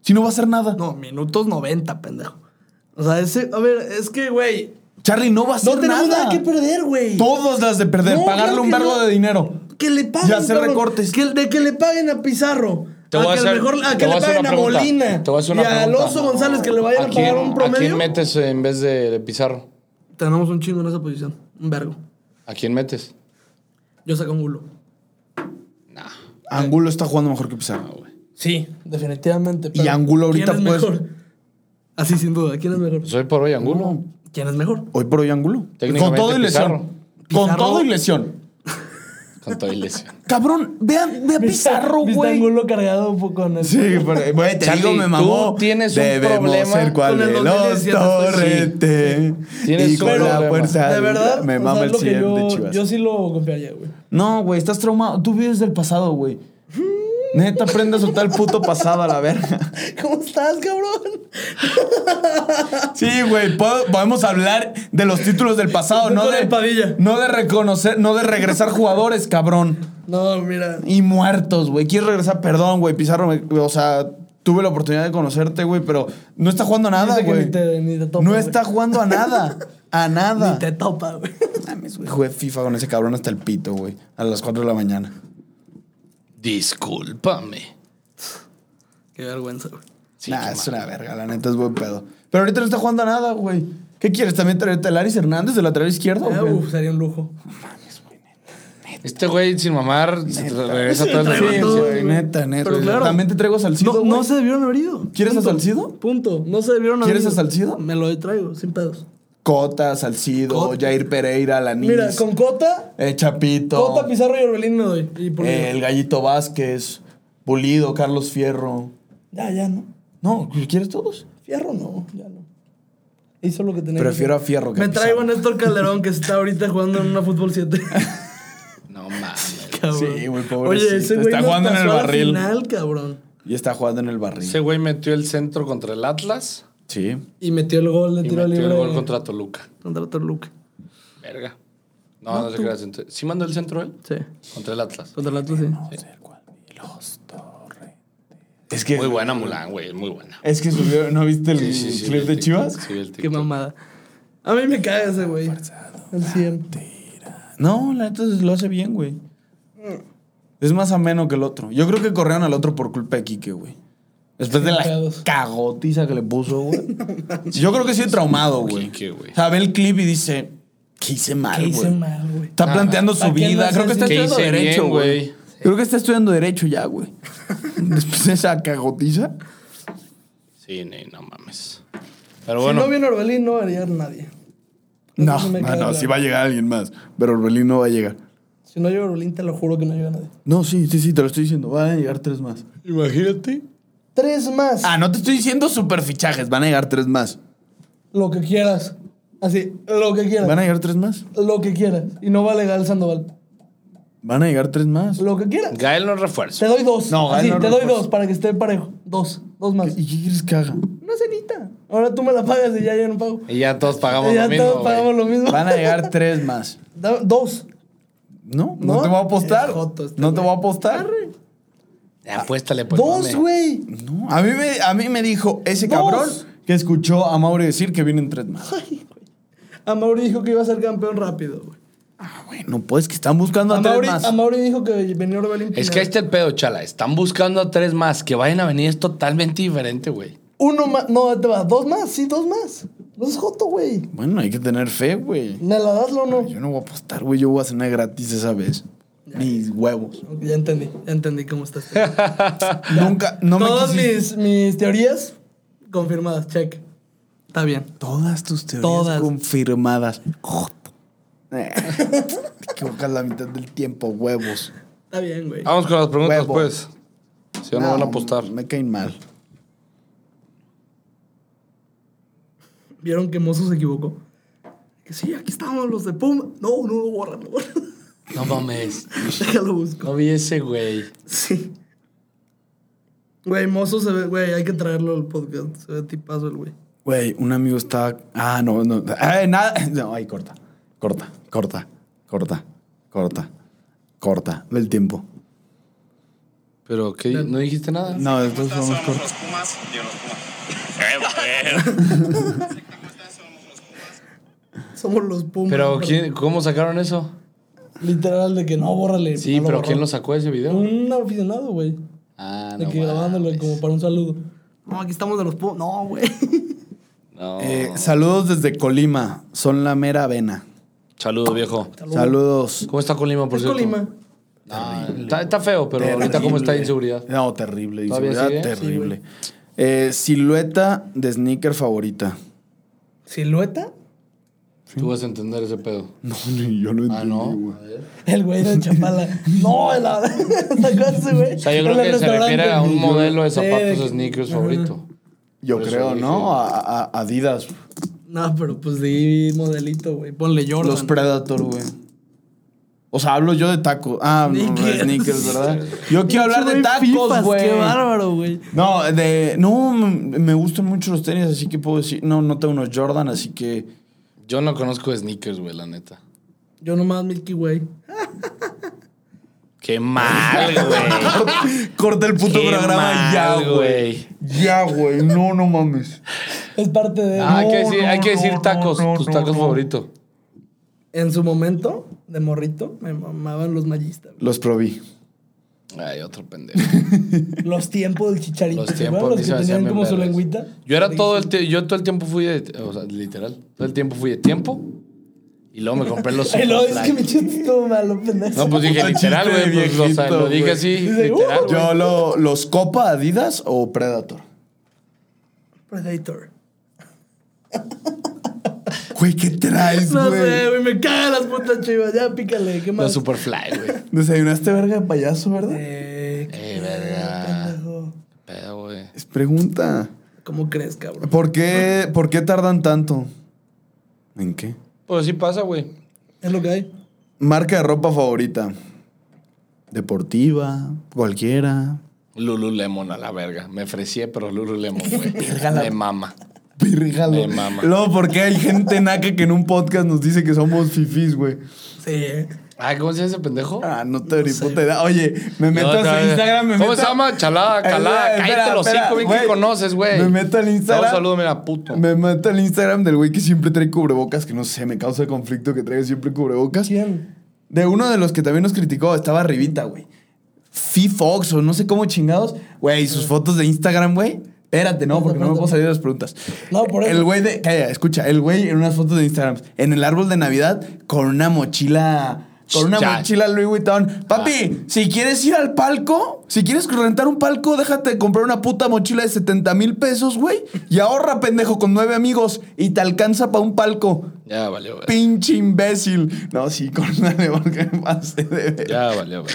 S2: Si no va a hacer nada.
S1: No, minutos 90, pendejo. O sea, ese, a ver, es que güey,
S2: Charlie, no va a hacer
S1: no tenemos nada, que perder, güey.
S2: Todas las de perder.
S1: No,
S2: pagarle
S1: claro
S2: un
S1: que
S2: vergo
S1: no.
S2: de dinero.
S1: Que le paguen
S2: Y hacer
S1: cabrón.
S2: recortes.
S1: Que, de que le paguen a Pizarro.
S3: Te
S1: a
S3: voy a
S1: que
S3: hacer-
S1: mejor, a
S3: te
S1: que le
S3: voy a hacer
S1: paguen
S3: una
S1: a
S3: pregunta.
S1: Molina.
S3: Te voy a hacer una
S1: y a
S3: pregunta.
S1: Alonso González que le vayan a,
S3: ¿A
S1: pagar
S3: quién,
S1: un
S3: ¿A
S1: promedio.
S3: quién metes en vez de, de Pizarro?
S1: Tenemos un chingo en esa posición. Un vergo.
S3: ¿A quién metes?
S1: Yo saco un gulo.
S2: Angulo está jugando mejor que Pizarro, güey.
S1: Sí, definitivamente. pero
S2: Y Angulo ahorita,
S1: ¿quién es
S2: pues-
S1: mejor? Así sin duda. ¿Quién es mejor?
S3: Soy por hoy Angulo.
S1: ¿Quién es mejor?
S2: Hoy por hoy Angulo. Con
S3: Técnicamente
S2: todo y
S3: Pizarro.
S2: lesión. Con
S1: Pizarro.
S2: todo y lesión.
S3: Con toda ilusión.
S2: Cabrón, vean, ve a Pizarro,
S1: ¿Viste
S2: güey.
S1: Angulo cargado po- con el.
S2: Sí, pero, güey, te
S3: Charlie,
S2: digo, me
S3: tú
S2: mamó.
S3: tienes un
S2: Debemos
S3: problema
S2: ser cual
S1: con el
S2: de los
S1: 2017,
S2: torrete.
S3: Tienes
S2: Y
S3: un
S2: con la
S3: problema.
S2: fuerza.
S1: De verdad.
S2: Me
S1: o
S2: mama
S1: sea,
S2: el
S1: lo que
S2: siguiente
S1: yo,
S2: Chivas.
S1: Yo sí lo compraría, güey.
S2: No, güey, estás traumado. Tú vives del pasado, güey. Neta, aprende a soltar el puto pasado a la verga.
S1: ¿Cómo estás, cabrón?
S2: Sí, güey, po- podemos hablar de los títulos del pasado, no
S1: Con
S2: de,
S1: el Padilla.
S2: no de reconocer, no de regresar jugadores, cabrón.
S1: No, mira.
S2: Y muertos, güey. Quieres regresar, perdón, güey, Pizarro, me- o sea, tuve la oportunidad de conocerte, güey, pero no está jugando a nada,
S1: Dice que
S2: güey.
S1: Ni te, ni te topa,
S2: No
S1: güey.
S2: está jugando a nada, a nada.
S1: Ni te topa, güey.
S2: Mames, güey, jugué FIFA con ese cabrón hasta el pito, güey, a las 4 de la mañana.
S3: Discúlpame.
S1: Qué vergüenza, güey.
S3: Sí,
S2: nah,
S3: qué
S2: es
S3: mal.
S2: una verga, la neta es buen pedo. Pero ahorita no está jugando a nada, güey. ¿Qué quieres? ¿También traerte a Laris Hernández de lateral izquierdo?
S1: Eh,
S2: güey?
S1: uf, sería un lujo.
S3: Este güey sin mamar se regresa a todas las
S1: Sí,
S2: Sí,
S1: Pero,
S2: güey,
S3: emergencias.
S2: neta, neta.
S1: pero claro.
S2: También te traigo a Salcido.
S1: No,
S2: güey.
S1: no se debieron haber ido.
S2: ¿Quieres a
S1: Punto.
S2: Salcido?
S1: Punto. No se debieron haber
S2: ¿Quieres
S1: ido.
S2: a Salcido?
S1: Me lo traigo, sin pedos.
S2: Cota, Salcido,
S1: Cota.
S2: Jair Pereira, Lanís.
S1: Mira, con Cota,
S2: eh, Chapito.
S1: Cota, Pizarro y Orbelín me doy. Y por
S2: eh, el Gallito Vázquez. Pulido, Carlos Fierro.
S1: Ya, ya, ¿no?
S2: No, ¿quieres todos?
S1: Fierro no, ya no. Hizo lo que tenía
S2: Prefiero
S1: que
S2: a Fierro que
S1: hacer.
S2: a
S1: Me traigo a
S2: Pizarro.
S1: Néstor Calderón que está ahorita jugando en una fútbol 7.
S3: No mames.
S1: Cabrón.
S2: Sí, güey, pobrecito.
S1: Oye, ese güey
S3: Está
S1: nos
S3: jugando en
S1: pasó
S3: el
S1: a la
S3: barril.
S1: final, cabrón.
S2: Y está jugando en el barril.
S3: Ese güey metió el centro contra el Atlas
S2: Sí.
S1: Y metió el gol de
S3: y
S1: tiro
S3: metió
S1: libre.
S3: el gol contra Toluca.
S1: contra Toluca.
S3: Verga. No, no, se creas. Entonces, ¿Sí mandó el centro él?
S1: Sí.
S3: Contra el Atlas.
S1: Contra el Atlas, sí.
S2: Es que,
S3: Muy buena Mulan, güey. Muy buena.
S2: es que subió, ¿no viste el
S3: Sí, sí,
S2: clip
S3: el
S2: de
S3: TikTok,
S2: Chivas?
S3: Sí, el
S1: Qué
S3: TikTok.
S1: mamada. A mí me caga ese güey. El 100.
S2: No, la neta lo hace bien, güey. Es más ameno que el otro. Yo creo que corrieron al otro por culpa de Quique, güey. Después de la
S1: Pedos.
S2: cagotiza que le puso, güey. Yo creo que sí traumado, güey.
S3: Quique, güey.
S2: O sea, ve el clip y dice, ¿qué hice mal,
S1: ¿Qué
S2: güey?
S1: hice mal, güey?
S2: Está planteando su
S1: ¿Para qué
S2: vida.
S1: lo
S2: Creo que está
S1: haces?
S3: ¿Qué
S2: estudiando
S3: hice
S2: derecho,
S3: bien,
S2: güey.
S3: güey?
S2: Creo que está estudiando derecho ya, güey. Después de esa cagotiza.
S3: Sí, ni- no mames. Pero
S1: Si
S3: bueno.
S1: no viene Orbelín, no va a llegar nadie.
S2: No,
S1: sí me
S2: no,
S1: queda
S2: no,
S1: claro.
S2: sí va a llegar alguien más. Pero Orbelín no va a llegar.
S1: Si no llega Orbelín, te lo juro que no llega nadie.
S2: No, sí, sí, sí, te lo estoy diciendo. Van a llegar tres más.
S3: Imagínate.
S1: Tres más.
S2: Ah, no te estoy diciendo super fichajes. Van a llegar tres más.
S1: Lo que quieras. Así, lo que quieras.
S2: Van a llegar tres más.
S1: Lo que quieras. Y no va legal Sandoval.
S2: Van a llegar tres más.
S1: Lo que quieras.
S3: Gael no
S1: Te
S3: refuerzo.
S1: doy dos.
S2: No,
S1: Así,
S2: Gael no
S1: te doy
S2: refuerza.
S1: dos para que esté parejo. Dos. Dos más.
S2: ¿Y qué quieres que haga?
S1: Una cenita. Ahora tú me la pagas y ya yo no pago.
S3: Y ya todos pagamos
S1: Y ya
S3: lo mismo.
S1: todos pagamos
S3: güey.
S1: lo mismo.
S2: Van a llegar tres más.
S1: Da- Dos.
S2: No, no,
S1: No,
S2: te voy a apostar.
S1: es joto este
S2: no te
S1: güey.
S2: voy a apostar.
S3: Ya, apuéstale, pues.
S1: dos,
S3: mame.
S1: güey.
S2: No, a mí me, a mí me dijo ese
S1: Dos.
S2: cabrón que escuchó a Mauri decir que vienen tres más.
S1: Ay, güey. A Mauri dijo que iba a ser campeón rápido, güey.
S2: Ah, bueno, pues que están buscando a,
S1: A
S2: tres
S1: Mauri,
S2: más.
S1: a Mauri dijo que venía Orbelín.
S3: Es
S1: Pineda.
S3: que ahí está el pedo, chala. Están buscando a tres más. Que vayan a venir es totalmente diferente, güey.
S1: Uno más. No, te va. Dos más. Sí, dos más. No es joto, güey.
S2: Bueno, hay que tener fe, güey.
S1: ¿Me la das, Lono?
S2: Yo no voy a apostar, güey. Yo voy a cenar gratis esa vez. Mis huevos.
S1: Ok, Ya entendí. Ya entendí cómo este estás.
S2: Nunca, no me
S1: Todas mis,
S2: quisiste-
S1: mis teorías confirmadas, check. Está bien.
S2: Todas tus teorías
S1: Todas.
S2: confirmadas. Joto. Eh, Te equivocas la mitad del tiempo, huevos.
S1: Está bien, güey.
S3: Vamos con las preguntas,
S2: Huevo.
S3: pues. Si no, no van a apostar.
S2: Me caen mal.
S1: Vieron que Mozo se equivocó. Que sí, aquí estamos los de Puma. No, no, lo borran, lo borran.
S3: No mames.
S1: Déjalo busco.
S3: No vi ese, güey.
S1: Sí. Güey, Mozo se ve, güey, hay que traerlo al podcast. Se ve tipazo el güey.
S2: Güey, un amigo estaba. Ah, no, no. Eh, nada. No, ay, corta. Corta, corta, corta, corta, corta. Del tiempo.
S3: Pero, ¿qué? ¿No dijiste nada?
S2: No, después vamos
S4: somos
S2: corta.
S4: los Pumas. Yo los Pumas.
S1: Somos los Pumas.
S3: Pero, ¿quién, ¿cómo sacaron eso?
S1: Literal, de que no, bórrale.
S3: Sí,
S1: no
S3: pero ¿quién lo
S1: borró.
S3: sacó ese video?
S1: Un aficionado, güey.
S3: Ah,
S1: De
S3: no.
S1: que
S3: mames.
S1: grabándolo como para un saludo. No, aquí estamos de los Pumas. No, güey.
S3: No.
S2: Eh, saludos desde Colima. Son la mera avena.
S3: Saludos, viejo.
S2: Saludos.
S3: ¿Cómo está Colima, por
S1: Es
S3: cierto?
S1: Colima.
S3: Ah, está, está feo, pero ahorita, ¿cómo está la inseguridad?
S2: No, terrible.
S3: ¿Todavía
S2: Inseguridad
S3: sigue?
S2: terrible. Eh, silueta de sneaker favorita.
S1: ¿Silueta?
S3: Tú vas a entender ese pedo.
S2: No, ni yo lo
S3: Ah, no. A ver.
S1: El güey de Chapala. No, el sacó ese güey.
S3: O sea, yo creo que se refiere a un modelo de zapatos sneakers
S1: Ajá.
S3: favorito.
S2: Yo
S3: Por eso
S2: creo,
S3: dije-
S2: ¿no? A- a- Adidas.
S1: No, pero pues di modelito, güey. Ponle Jordan.
S2: Los Predator, güey. O sea, hablo yo de tacos. Ah, no, no, de
S1: Sneakers.
S2: sneakers, ¿verdad? Yo quiero hablar de
S1: Güey,
S2: tacos,
S1: fifas,
S2: güey.
S1: Qué bárbaro, güey.
S2: No, de. No, m- me gustan mucho los tenis, así que puedo decir. No, no tengo unos Jordan, así que.
S3: Yo no conozco de sneakers, güey, la neta.
S1: Yo nomás Milky Way.
S3: Qué mal, güey.
S2: Corta el puto
S3: Qué
S2: programa
S3: mal,
S2: ya, güey.
S3: güey.
S2: Ya, güey. No, no mames.
S1: Es parte de.
S3: Ah, hay que
S2: No,
S3: decir, hay
S2: no,
S3: que decir
S2: no,
S3: tacos,
S2: no,
S3: tus
S2: no,
S3: tacos
S2: no.
S3: favoritos.
S1: En su momento, de morrito, me mamaban los mallistas. güey.
S2: Los probí.
S3: Ay, otro pendejo.
S1: Los tiempos del chicharito.
S3: Los
S1: ¿se acuerdan Los
S3: tiempos que
S1: que
S3: se me hacían
S1: tenían
S3: bien
S1: como su
S3: vergas.
S1: lengüita.
S3: Yo era todo el tie- yo todo el tiempo fui de, o sea, literal, todo el tiempo fui de tiempo y luego me compré los
S1: Ay, no, es
S3: Superfly.
S1: que mi chiste estuvo malo, pendejo.
S3: No, pues dije
S2: Ah, Chiste
S3: literal, güey, pues, o sea,
S2: viejito,
S3: lo dije
S2: güey.
S3: así,
S1: Dice,
S3: literal.
S1: "Uh".
S3: güey.
S2: Yo lo, los Copa Adidas o Predator.
S1: Predator.
S2: Güey, ¿qué traes,
S1: No
S2: güey?
S1: sé, güey, me cagan las putas chivas. Ya pícale, ¿qué más?
S3: Los Superfly, güey.
S2: Desayunaste verga de payaso, ¿verdad?
S1: Eh,
S3: Eh, verga.
S2: Pregunta.
S1: ¿Cómo crees, cabrón?
S2: ¿Por qué, ¿Por qué tardan tanto? ¿En qué?
S3: Pues así pasa, güey.
S1: Es lo que hay.
S2: Marca de ropa favorita. Deportiva, cualquiera.
S3: Lululemon a la verga. Me ofrecié, pero Lululemon, güey. Me mama.
S2: Pírgalo.
S3: Me mama.
S2: Luego, ¿por qué hay gente naca que en un podcast nos dice que somos fifís, güey?
S1: Sí, eh.
S3: Ay, ¿cómo se llama ese pendejo?
S2: Ah, no te ni puta idea. Oye, me meto
S3: No,
S2: a
S3: no,
S2: su
S3: no.
S2: Instagram. Me
S3: ¿Cómo
S2: meto- Eh,
S3: se llama? Chalada, calada.
S2: Espera,
S3: Cállate los
S2: espera,
S3: cinco, bien
S2: güey.
S3: que conoces, güey.
S2: Me meto al Instagram.
S3: Un saludo, mira, puto.
S2: Me meto al Instagram del güey que siempre trae cubrebocas, que no sé, me causa conflicto que traiga siempre cubrebocas.
S1: ¿Quién?
S2: De uno de los que también nos criticó, estaba arribita, güey. Fee Fox o no sé cómo chingados. Güey, sus fotos de Instagram, güey. Espérate, no, porque no me puedo salir de las preguntas.
S1: No, por eso.
S2: El güey de. Calla, escucha. El güey en unas fotos de Instagram. En el árbol de Navidad con una mochila. Con una
S3: Ya.
S2: mochila Louis Vuitton.
S3: Ah.
S2: Papi, si quieres ir al palco, si quieres rentar un palco, déjate de comprar una puta mochila de 70 mil pesos, güey. Y ahorra, pendejo, con nueve amigos. Y te alcanza para un palco.
S3: Ya valió, güey.
S2: Pinche imbécil. No, sí, con una de porque me pasé de ver.
S3: Ya valió, güey.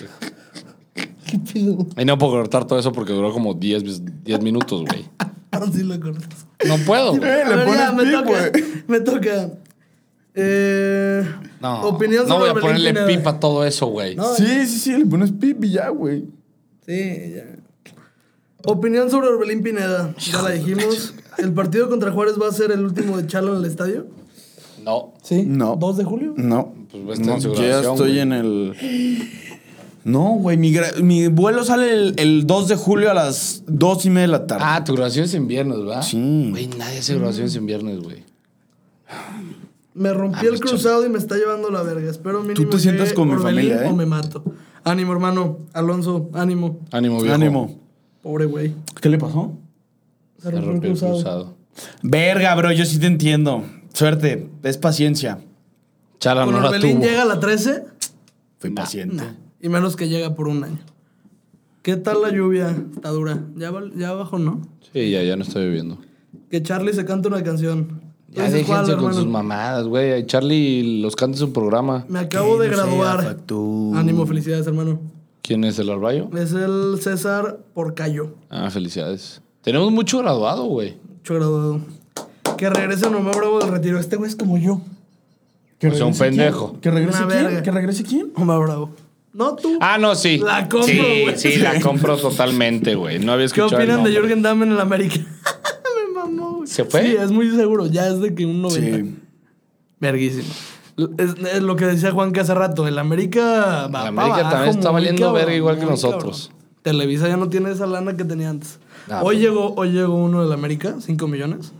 S1: ¿Qué pido?
S3: Y no puedo cortar todo eso porque duró como 10 vis- 10 minutos, güey.
S1: Ahora sí lo cortas.
S3: No puedo, güey.
S2: Eh,
S1: A
S2: le
S1: ver, ya,
S2: pones
S1: me
S2: pip,
S1: toca.
S2: güey.
S1: Me toca. Eh,
S3: No,
S1: opinión
S3: no voy
S1: sobre
S3: a ponerle
S1: Valentina.
S3: pipa a todo eso, güey.
S1: No,
S2: Sí, sí, sí, le pones pip y ya, güey.
S1: Sí, ya. Opinión sobre Orbelín Pineda. Ya la dijimos. ¿El partido contra Juárez va a ser el último de Chalo en el estadio?
S3: No.
S1: Sí.
S2: No.
S1: ¿2 de julio?
S2: No.
S3: Pues va a estar en
S2: No,
S3: su
S2: yo ya
S3: grabación,
S2: estoy
S3: güey.
S2: en el. No, güey, mi, gra- mi vuelo sale el, el 2 de julio a las 2 y media de la tarde.
S3: Ah, tu grabación es en viernes, ¿verdad?
S2: Sí.
S3: Güey, nadie hace grabaciones en viernes, güey.
S1: Me rompí el
S3: pues,
S1: cruzado y me está llevando la verga. Espero mínimo
S2: te sientas
S1: llegue
S2: con mi
S1: Orbelín
S2: familia, ¿eh?
S1: o me mato. Ánimo, hermano. Alonso, ánimo.
S3: Ánimo, viejo.
S2: Ánimo.
S1: Pobre güey.
S2: ¿Qué le pasó?
S1: Se
S3: Me
S1: rompió el
S3: rompió el
S1: cruzado.
S3: cruzado.
S2: Verga, bro, yo sí te entiendo. Suerte, es paciencia.
S3: Chala
S1: Con
S3: no la
S1: Orbelín
S3: tuvo.
S1: llega a la 13
S2: Fui paciente.
S1: y menos que llega por un año. ¿Qué tal la lluvia? Está dura. Ya, val- ya abajo, ¿no?
S3: Sí, ya, ya no estoy viviendo.
S1: Que Charlie se canta una canción. Tú
S3: Ya
S1: dices, ¿cuál,
S3: déjense con
S1: hermano?
S3: sus mamadas, güey. Charlie los canta en su programa.
S1: Me acabo
S2: Que
S1: de
S2: no sea
S1: graduar.
S2: factura.
S1: Ánimo, felicidades, hermano.
S3: ¿Quién es el Arbayo?
S1: Es el César Porcayo.
S3: Ah, felicidades. Tenemos mucho graduado, güey.
S1: Mucho graduado. Que regrese Nomás Bravo del retiro. Este güey es como yo.
S2: Que
S3: O sea, un
S2: regrese quién?
S3: pendejo.
S2: ¿Que regrese
S1: Una
S2: quién?
S1: verga.
S2: ¿Que regrese quién?
S1: Omar Bravo. No tú.
S3: Ah, no, sí.
S1: La compro,
S3: Sí,
S1: güey.
S3: sí, la compro totalmente, güey. No había
S1: ¿Qué
S3: escuchado. el
S1: opinan de
S3: nombre.
S1: Jürgen Damm en el América? Me mamó, güey.
S3: ¿Se fue?
S1: Sí, es muy seguro. Ya es de que un 90.
S2: Sí.
S1: Verguísimo. Es, es lo que decía Juan que hace rato. El América va
S3: El
S1: pa'
S3: América también está
S1: muy
S3: valiendo verga igual que
S1: muy
S3: nosotros.
S1: cabrón. Televisa ya no tiene esa lana que tenía antes.
S3: Ah,
S1: hoy,
S3: pues.
S1: llegó, hoy llegó uno del América, 5 millones.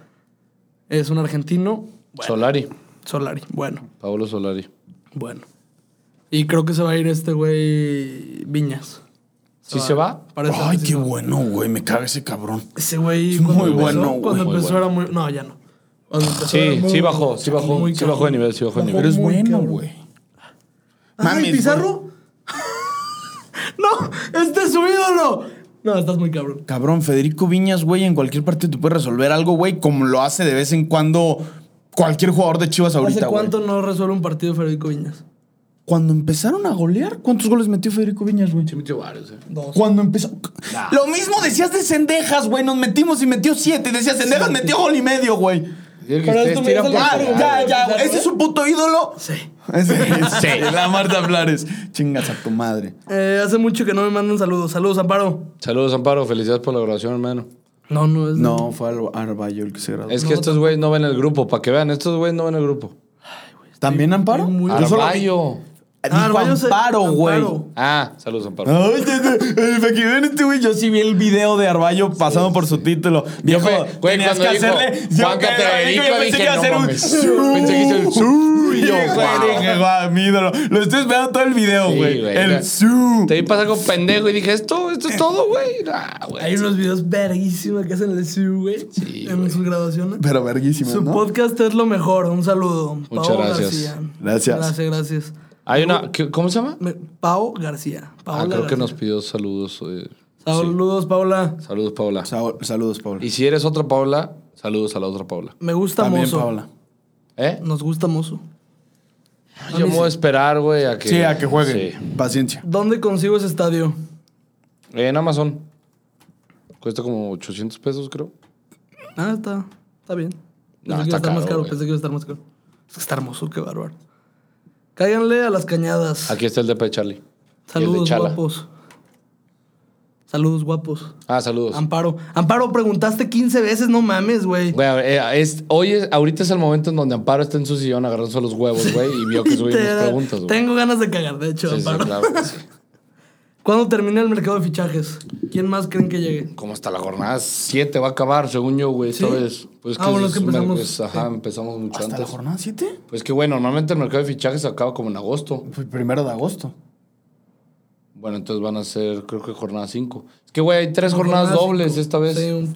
S1: Es un argentino,
S3: Solari.
S1: Solari. Bueno,
S3: Pablo Solari.
S1: bueno. Y creo que se va a ir este güey Viñas.
S3: ¿Sí se va?
S1: Parece que
S2: Ay,
S1: sí
S2: qué
S1: se va.
S2: bueno, güey. Me caga ese cabrón.
S1: Ese güey.
S2: Es
S1: cuando
S2: muy
S1: empezó-
S2: bueno, güey.
S1: Cuando
S3: Muy
S1: empezó
S3: bueno.
S1: era muy. No, ya no. Cuando empezó era
S3: Sí,
S1: muy-
S3: sí bajó, sí bajó.
S1: muy
S3: Sí bajó de
S1: cabrón.
S3: nivel, sí bajó de
S1: Bajó
S3: nivel.
S2: Pero es
S1: muy
S2: bueno,
S1: cabrón.
S2: güey.
S1: ¡Ay,
S2: Mames,
S1: Pizarro! ¡No! ¡Este es su ídolo! No, estás muy cabrón.
S2: Cabrón, Federico Viñas, güey, en cualquier partido te puede resolver algo, güey, como lo hace de vez en cuando cualquier jugador de Chivas ahorita,
S1: ¿Hace
S2: güey.
S1: cuánto no resuelve un partido Federico Viñas?
S2: Cuando empezaron a golear, ¿cuántos goles metió Federico Viñas, güey?
S3: Sí metió varios, eh.
S1: Dos.
S2: Cuando empezó. Lo mismo decías de Cendejas, güey. Nos metimos y metió siete. Y decías, Cendejas metió gol y medio, güey.
S3: Pero
S1: Pero esto me dice la
S2: Ah,
S1: Claro,
S2: ya,
S1: güey.
S2: ya, güey. Ese es un puto ídolo.
S1: Sí.
S2: Ese es la Marta Flores. Chingas a tu madre.
S1: Eh, hace mucho que no me mandan saludos. Saludos, Amparo.
S3: Saludos, Amparo. Felicidades por la grabación, hermano.
S1: No, no es.
S2: No, fue Arba- Arballo el que se graduó.
S3: Es que estos güeyes no ven el grupo. Para que vean, estos güeyes no ven el grupo.
S2: ¿También Amparo?
S1: muy-
S2: Yo solo-
S3: Arbayo.
S1: Ah,
S2: Dijo
S1: Arballo se-
S2: Amparo, güey.
S1: Amparo.
S3: Ah, saludos, Amparo.
S2: Ay, te- te- eh, para que vean este güey, yo sí vi el video de Arballo pasando por su título. Viejo,
S3: Güey, güey,
S2: tenías
S3: cuando
S2: que
S3: dijo,
S2: hacerle. yo
S3: Juan
S2: que-
S3: Cataberico,
S2: yo pensé
S3: dije,
S2: que iba a
S3: no
S2: hacer un.
S3: mames. Pensé que hizo el
S2: su.
S3: y yo,
S2: Dije,
S3: wow.
S2: dije, guau, mi ídolo. Lo estoy esperando todo el video,
S3: Sí,
S2: güey.
S3: güey.
S2: el su.
S3: Te vi pasar con pendejo y dije, esto, esto es todo, güey. Ah,
S1: Hay
S3: güey.
S1: unos videos verguísimos que hacen en el CU, güey.
S3: Sí,
S1: En
S3: güey.
S1: sus graduaciones.
S2: Pero verguísimo,
S1: Su
S2: ¿no?
S1: podcast es lo mejor. Un saludo.
S3: Muchas gracias.
S2: Gracias.
S1: Gracias, gracias.
S3: Hay una. ¿qué- ¿Cómo se llama?
S1: Me- Pau García.
S3: Ah,
S1: Paola
S3: creo que
S1: García.
S3: nos pidió saludos. eh,
S1: Saludos, Paola.
S3: Saludos, Paola.
S2: Sa- Saludos, Paula.
S3: Y si eres otra Paola, saludos a la otra Paola.
S1: Me gusta
S2: También,
S1: Mozo.
S2: Paula.
S3: ¿Eh?
S1: Nos gusta Mozo. Ah,
S3: Yo me voy a esperar, güey, a que.
S2: Sí, a que jueguen.
S3: Sí.
S2: Paciencia.
S1: ¿Dónde consigo ese estadio?
S3: En Amazon. Cuesta como 800 pesos, creo.
S1: Ah, está, está bien. Pensé que
S3: No,
S1: iba a
S3: está
S1: estar más
S3: caro,
S1: caro,
S3: güey.
S1: pensé que iba a estar más caro. Es que está hermoso, qué bárbaro. Cáiganle a las cañadas.
S3: Aquí está el DP de Charlie. Y el de
S1: Saludos,
S3: Chala.
S1: guapos. Saludos, guapos.
S3: Ah, saludos.
S1: Amparo. Amparo, preguntaste 15 veces, no mames, güey.
S3: Güey, a ver, eh, es, hoy es- ahorita es el momento en donde Amparo está en su sillón agarrándose los huevos, güey, y vio que subimos
S1: Literal.
S3: preguntas, güey.
S1: Tengo ganas de cagar, de hecho,
S3: Sí, sí,
S1: Amparo.
S3: claro que sí.
S1: ¿Cuándo termina el mercado de fichajes? ¿Quién más creen que llegue?
S3: Como hasta la jornada 7 va a acabar, según yo, güey,
S1: ¿Sí?
S3: ¿sabes? Pues
S1: Ah, bueno, es que
S3: un mer-
S1: empezamos-
S3: es- ajá, empezamos mucho
S2: ¿Hasta la
S3: antes.
S2: jornada 7?
S3: Pues que, güey, normalmente el mercado de fichajes acaba como en agosto.
S2: Primero de agosto.
S3: Bueno, entonces van a ser, creo que jornada 5. Es que, güey, hay tres jornadas
S1: Jornada
S3: dobles
S1: cinco.
S3: esta vez.
S1: Sí, un-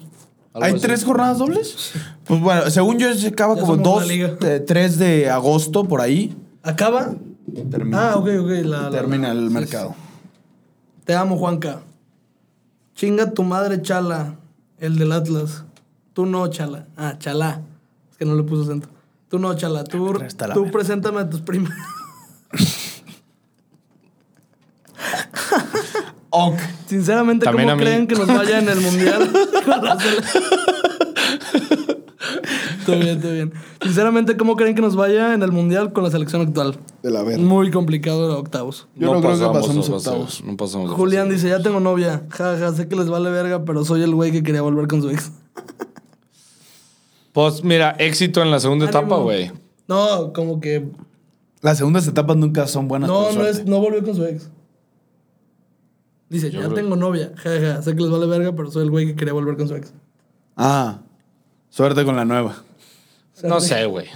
S3: Algo
S2: ¿Hay
S3: así.
S2: tres jornadas dobles? Pues bueno, según yo se acaba
S1: Ya
S2: como
S1: somos
S2: 2,
S1: la liga.
S2: 3 de agosto, por ahí.
S1: ¿Acaba?
S2: Termina,
S1: Ah, ok, ok. la- la-
S2: Mm. termina
S1: la-
S2: el
S1: sí,
S2: mercado.
S1: sí. Te amo, Juanca. Chinga tu madre, Chala. El del Atlas. Tú no, Chala. Ah, Chala. Es que no le puso acento. Tú no, Chala. Tú,
S2: Resta la
S1: tú
S2: verga.
S1: preséntame a tus primas.
S2: Ok.
S1: Sinceramente,
S3: También a
S1: ¿cómo
S3: mí.
S1: creen que nos vaya en el mundial? Con la sele- Estoy bien, estoy bien. Sinceramente, ¿cómo creen que nos vaya en el mundial con la selección actual?
S2: De la verga.
S1: Muy complicado los octavos.
S2: Yo no creo que
S3: pasamos
S2: pasemos
S3: a fases,
S2: octavos.
S3: No pasamos. a
S1: Julián
S3: fases.
S1: dice, ya tengo novia. Jaja, sé que les vale verga, pero soy el güey que quería volver con su ex.
S3: Pues mira, éxito en la segunda etapa,
S1: Ánimo.
S3: güey.
S1: No, como que...
S2: Las segundas etapas nunca son buenas.
S1: No,
S2: por
S1: no, es,
S2: suerte.
S1: no volvió con su ex. Dice, ya tengo novia. Jaja, sé que les vale verga, pero soy el güey que quería volver con su ex.
S2: Ah, suerte con la nueva.
S3: No sé, güey.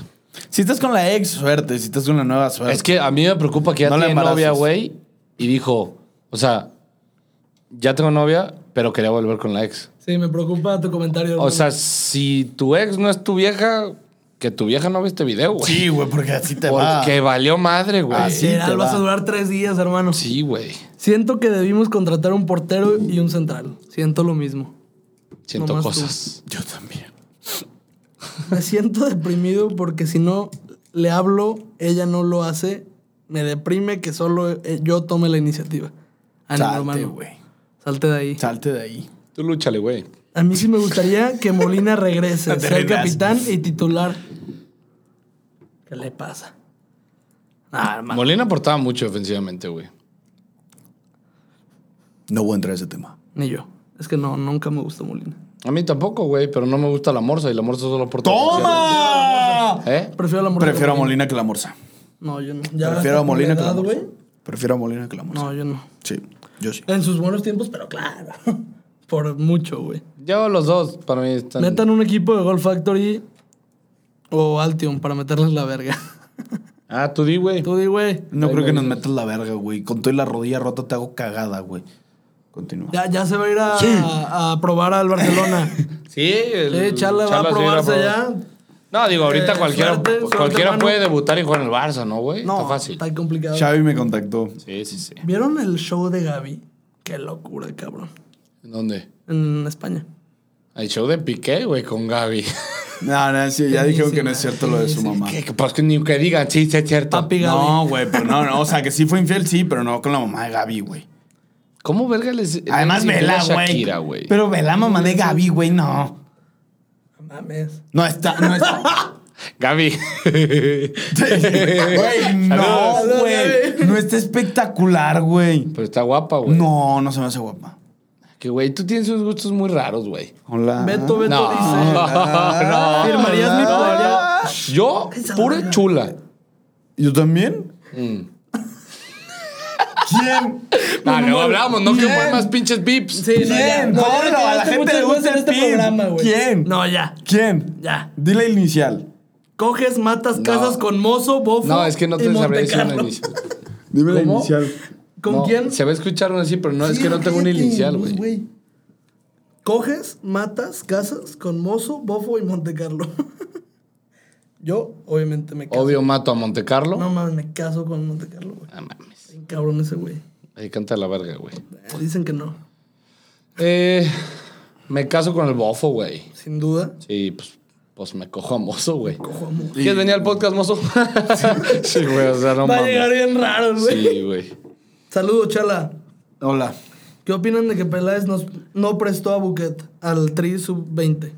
S2: Si estás con la ex, suerte. Si estás con la nueva, suerte.
S3: Es que a mí me preocupa que ya
S2: No la
S3: tiene novia,
S2: embaraces.
S3: güey, y dijo, o sea, ya tengo novia, pero quería volver con la ex.
S1: Sí, me preocupa tu comentario.
S3: O
S1: hermano.
S3: sea, si tu ex no es tu vieja, que tu vieja no ve este video, güey.
S2: Sí, güey, porque así te va.
S3: Porque valió madre, güey.
S2: Ah, sí.
S1: Literal,
S2: te
S1: vas
S2: va.
S1: a durar tres días, hermano.
S3: Sí, güey.
S1: Siento que debimos contratar un portero y un central. Siento lo mismo.
S3: Siento
S1: Nomás tú.
S3: cosas.
S2: Yo también.
S1: Me siento deprimido porque si no le hablo, ella no lo hace. Me deprime que solo eh, yo tome la iniciativa. Ánimo,
S2: Salte,
S1: Ah, hermano.
S2: güey.
S1: Salte de ahí.
S2: Salte de ahí.
S3: Tú lúchale, güey.
S1: A mí sí me gustaría que Molina regrese,
S2: No te
S1: sea el
S2: rindas.
S1: capitán y titular. ¿Qué le pasa? Ah, hermano.
S3: Molina aportaba mucho defensivamente, güey.
S2: No voy a entrar a ese tema.
S1: Ni yo. Es que no, nunca me gustó Molina.
S3: A mí tampoco, güey, pero no me gusta la morsa y la morsa solo aporta.
S2: ¡Toma!
S3: ¿Eh?
S1: Prefiero a la Morena que
S2: Prefiero a Molina que la Morsa.
S1: No, yo no. Ya hasta
S2: Prefiero a
S1: por
S2: Molina
S1: la
S2: que la
S1: edad,
S2: Morsa.
S1: güey.
S2: Prefiero a Molina que la Morsa.
S1: No, yo no.
S2: Sí, yo sí.
S1: En sus buenos tiempos, pero claro. Por mucho, güey.
S3: Yo los dos, para mí están.
S1: Metan un equipo de Golf Factory o Altion para meterles la verga.
S3: Ah, tú di, güey.
S1: Tú di, güey.
S2: No
S3: Ahí
S2: creo
S3: me
S2: que nos
S3: dices.
S2: metas la verga, güey. Con toda la rodilla rota te hago cagada, güey. Continúa.
S1: Ya, ya se va a ir a, a- a probar al Barcelona.
S3: Sí, el-
S1: Eh, Chala va a
S3: sí la
S1: probarse
S3: probó.
S1: ya.
S3: No, digo, ahorita
S1: Eh,
S3: cualquiera,
S1: suerte, suerte,
S3: cualquiera
S1: hermano.
S3: puede debutar y jugar en el Barça, ¿no, güey?
S1: No,
S3: está fácil.
S1: Está complicado.
S2: Xavi me contactó.
S3: Sí, sí, sí.
S1: ¿Vieron el show de Gaby? Qué locura, cabrón.
S3: ¿En dónde?
S1: En España.
S3: El show de Piqué, güey, con Gaby.
S2: No, no, sí, ya dijeron que no es cierto lo de su mamá.
S3: ¿Qué? Que Pues que ni que digan, sí, sí, es cierto.
S1: Papi Gaby.
S2: No, güey, pero no, no. O sea, que sí fue infiel, sí, pero no con la mamá de Gaby, güey.
S3: ¿Cómo verga les.
S2: Además,
S3: les
S2: vela,
S3: infiel a Shakira,
S2: güey. Pero vela, mamá de Gaby, güey, no.
S1: No Mames.
S2: No está, no está.
S3: Gaby.
S2: Güey, no,
S3: Saludos.
S2: güey. No está espectacular, güey.
S3: Pero está guapa, güey.
S2: No, no se me hace guapa.
S3: Que, güey, tú tienes unos gustos muy raros, güey.
S2: Hola.
S1: Beto, Beto
S3: No,
S1: dice.
S3: no.
S1: ¿Firmarías mi playera?
S3: Yo, pura chula.
S2: ¿Yo también? ¿Quién?
S3: Ah, luego hablamos, ¿no? Que
S2: ¿Quién?
S3: fue más pinches pips.
S1: Sí,
S2: ¿Quién?
S1: No,
S2: No,
S1: ya.
S2: no, a la
S1: quedaste
S2: gente le
S1: muchas
S2: gusta
S1: veces en este
S2: el pin.
S1: güey.
S2: ¿Quién?
S1: No, ya.
S2: ¿Quién?
S1: Ya.
S2: Dile el inicial.
S1: Coges, matas, casas con mozo, bofo.
S3: No, es que no
S1: y
S3: te
S1: Monte
S3: sabría decir una
S1: Carlo.
S3: inicial.
S2: Dime
S3: ¿Cómo?
S1: ¿Con
S3: No,
S1: quién?
S3: Se va a escuchar una así, pero no, es que no tengo una inicial, güey.
S1: Coges, matas, casas con mozo, bofo y Monte Carlo. Yo, obviamente, me caso.
S3: Obvio mato a Monte Carlo.
S1: No mames, me caso con Monte Carlo, güey.
S3: Ah, mames.
S1: Bien Cabrón ese güey.
S3: Ahí canta la verga, güey.
S1: Eh, Dicen que no.
S3: Eh, me caso con el bofo, güey.
S1: Sin duda.
S3: Sí, pues, pues me cojo a mozo, güey.
S1: Cojo a mozo.
S3: ¿Quieres venir al podcast, mozo? sí, güey, o sea, no
S1: Va a
S3: mames.
S1: llegar bien raro, güey.
S3: Sí, güey.
S1: Saludos, chala.
S2: Hola.
S1: ¿Qué opinan de que Peláez nos, no prestó a Buquet al Tri Sub-20?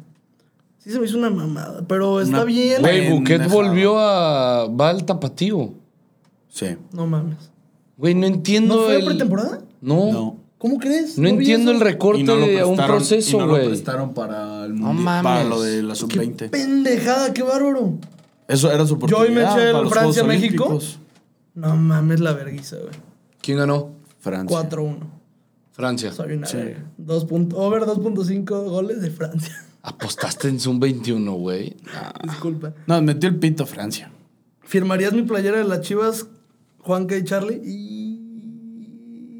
S1: Sí se me hizo una mamada, pero está
S2: Una-
S1: bien.
S3: Güey, Buquet
S2: Pendejada.
S3: volvió a. Va al tapatío.
S2: Sí.
S1: No mames.
S3: Güey, no entiendo.
S1: ¿No fue
S3: el-
S1: pretemporada?
S3: No.
S2: No.
S3: No,
S1: ¿Cómo crees? vi
S3: entiendo el
S1: eso.
S3: recorte
S2: Y no lo
S3: a un
S2: prestaron- y
S3: proceso,
S2: no lo
S3: güey.
S2: prestaron para el
S3: No
S2: mundial, Para
S3: mames.
S2: lo de la
S1: Qué
S2: sub-20.
S1: pendejada, qué bárbaro.
S2: Eso era su oportunidad.
S1: Joy Mitchell,
S2: para los
S1: Francia,
S2: Juegos
S1: México.
S2: Olímpicos.
S1: No mames la verguisa, güey.
S3: ¿Quién ganó?
S2: Francia.
S1: 4-1.
S3: Francia.
S1: Soy una verga. Dos punto- over 2.5 goles de Francia.
S3: Apostaste en Zoom 21, güey.
S1: Disculpa.
S2: No, metió el pito Francia.
S1: ¿Firmarías mi playera de las chivas, Juanca y Charlie? Y...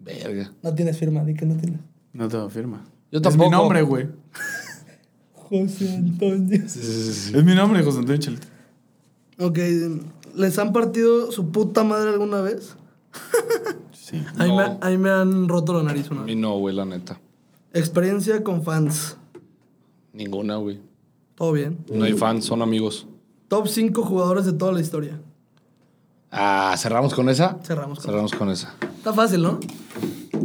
S3: Verga.
S1: No tienes firma, di que no tienes.
S2: No te lo firma.
S3: Yo
S2: Es
S3: tampoco.
S2: mi nombre, güey.
S1: José Antonio.
S2: Es mi nombre, José Antonio Chalita.
S1: Ok, ¿les han partido su puta madre alguna vez?
S2: Sí.
S1: A mí, me,
S3: No.
S1: a mí me han roto la nariz
S3: A
S1: una
S3: mí
S1: vez.
S3: no, güey, la neta.
S1: Experiencia con fans.
S3: Ninguna, güey.
S1: Todo bien.
S3: No hay fans, son amigos.
S1: Top 5 jugadores de toda la historia.
S3: Ah, ¿cerramos con esa?
S1: Cerramos con
S3: Cerramos con esa.
S1: Está fácil, ¿no?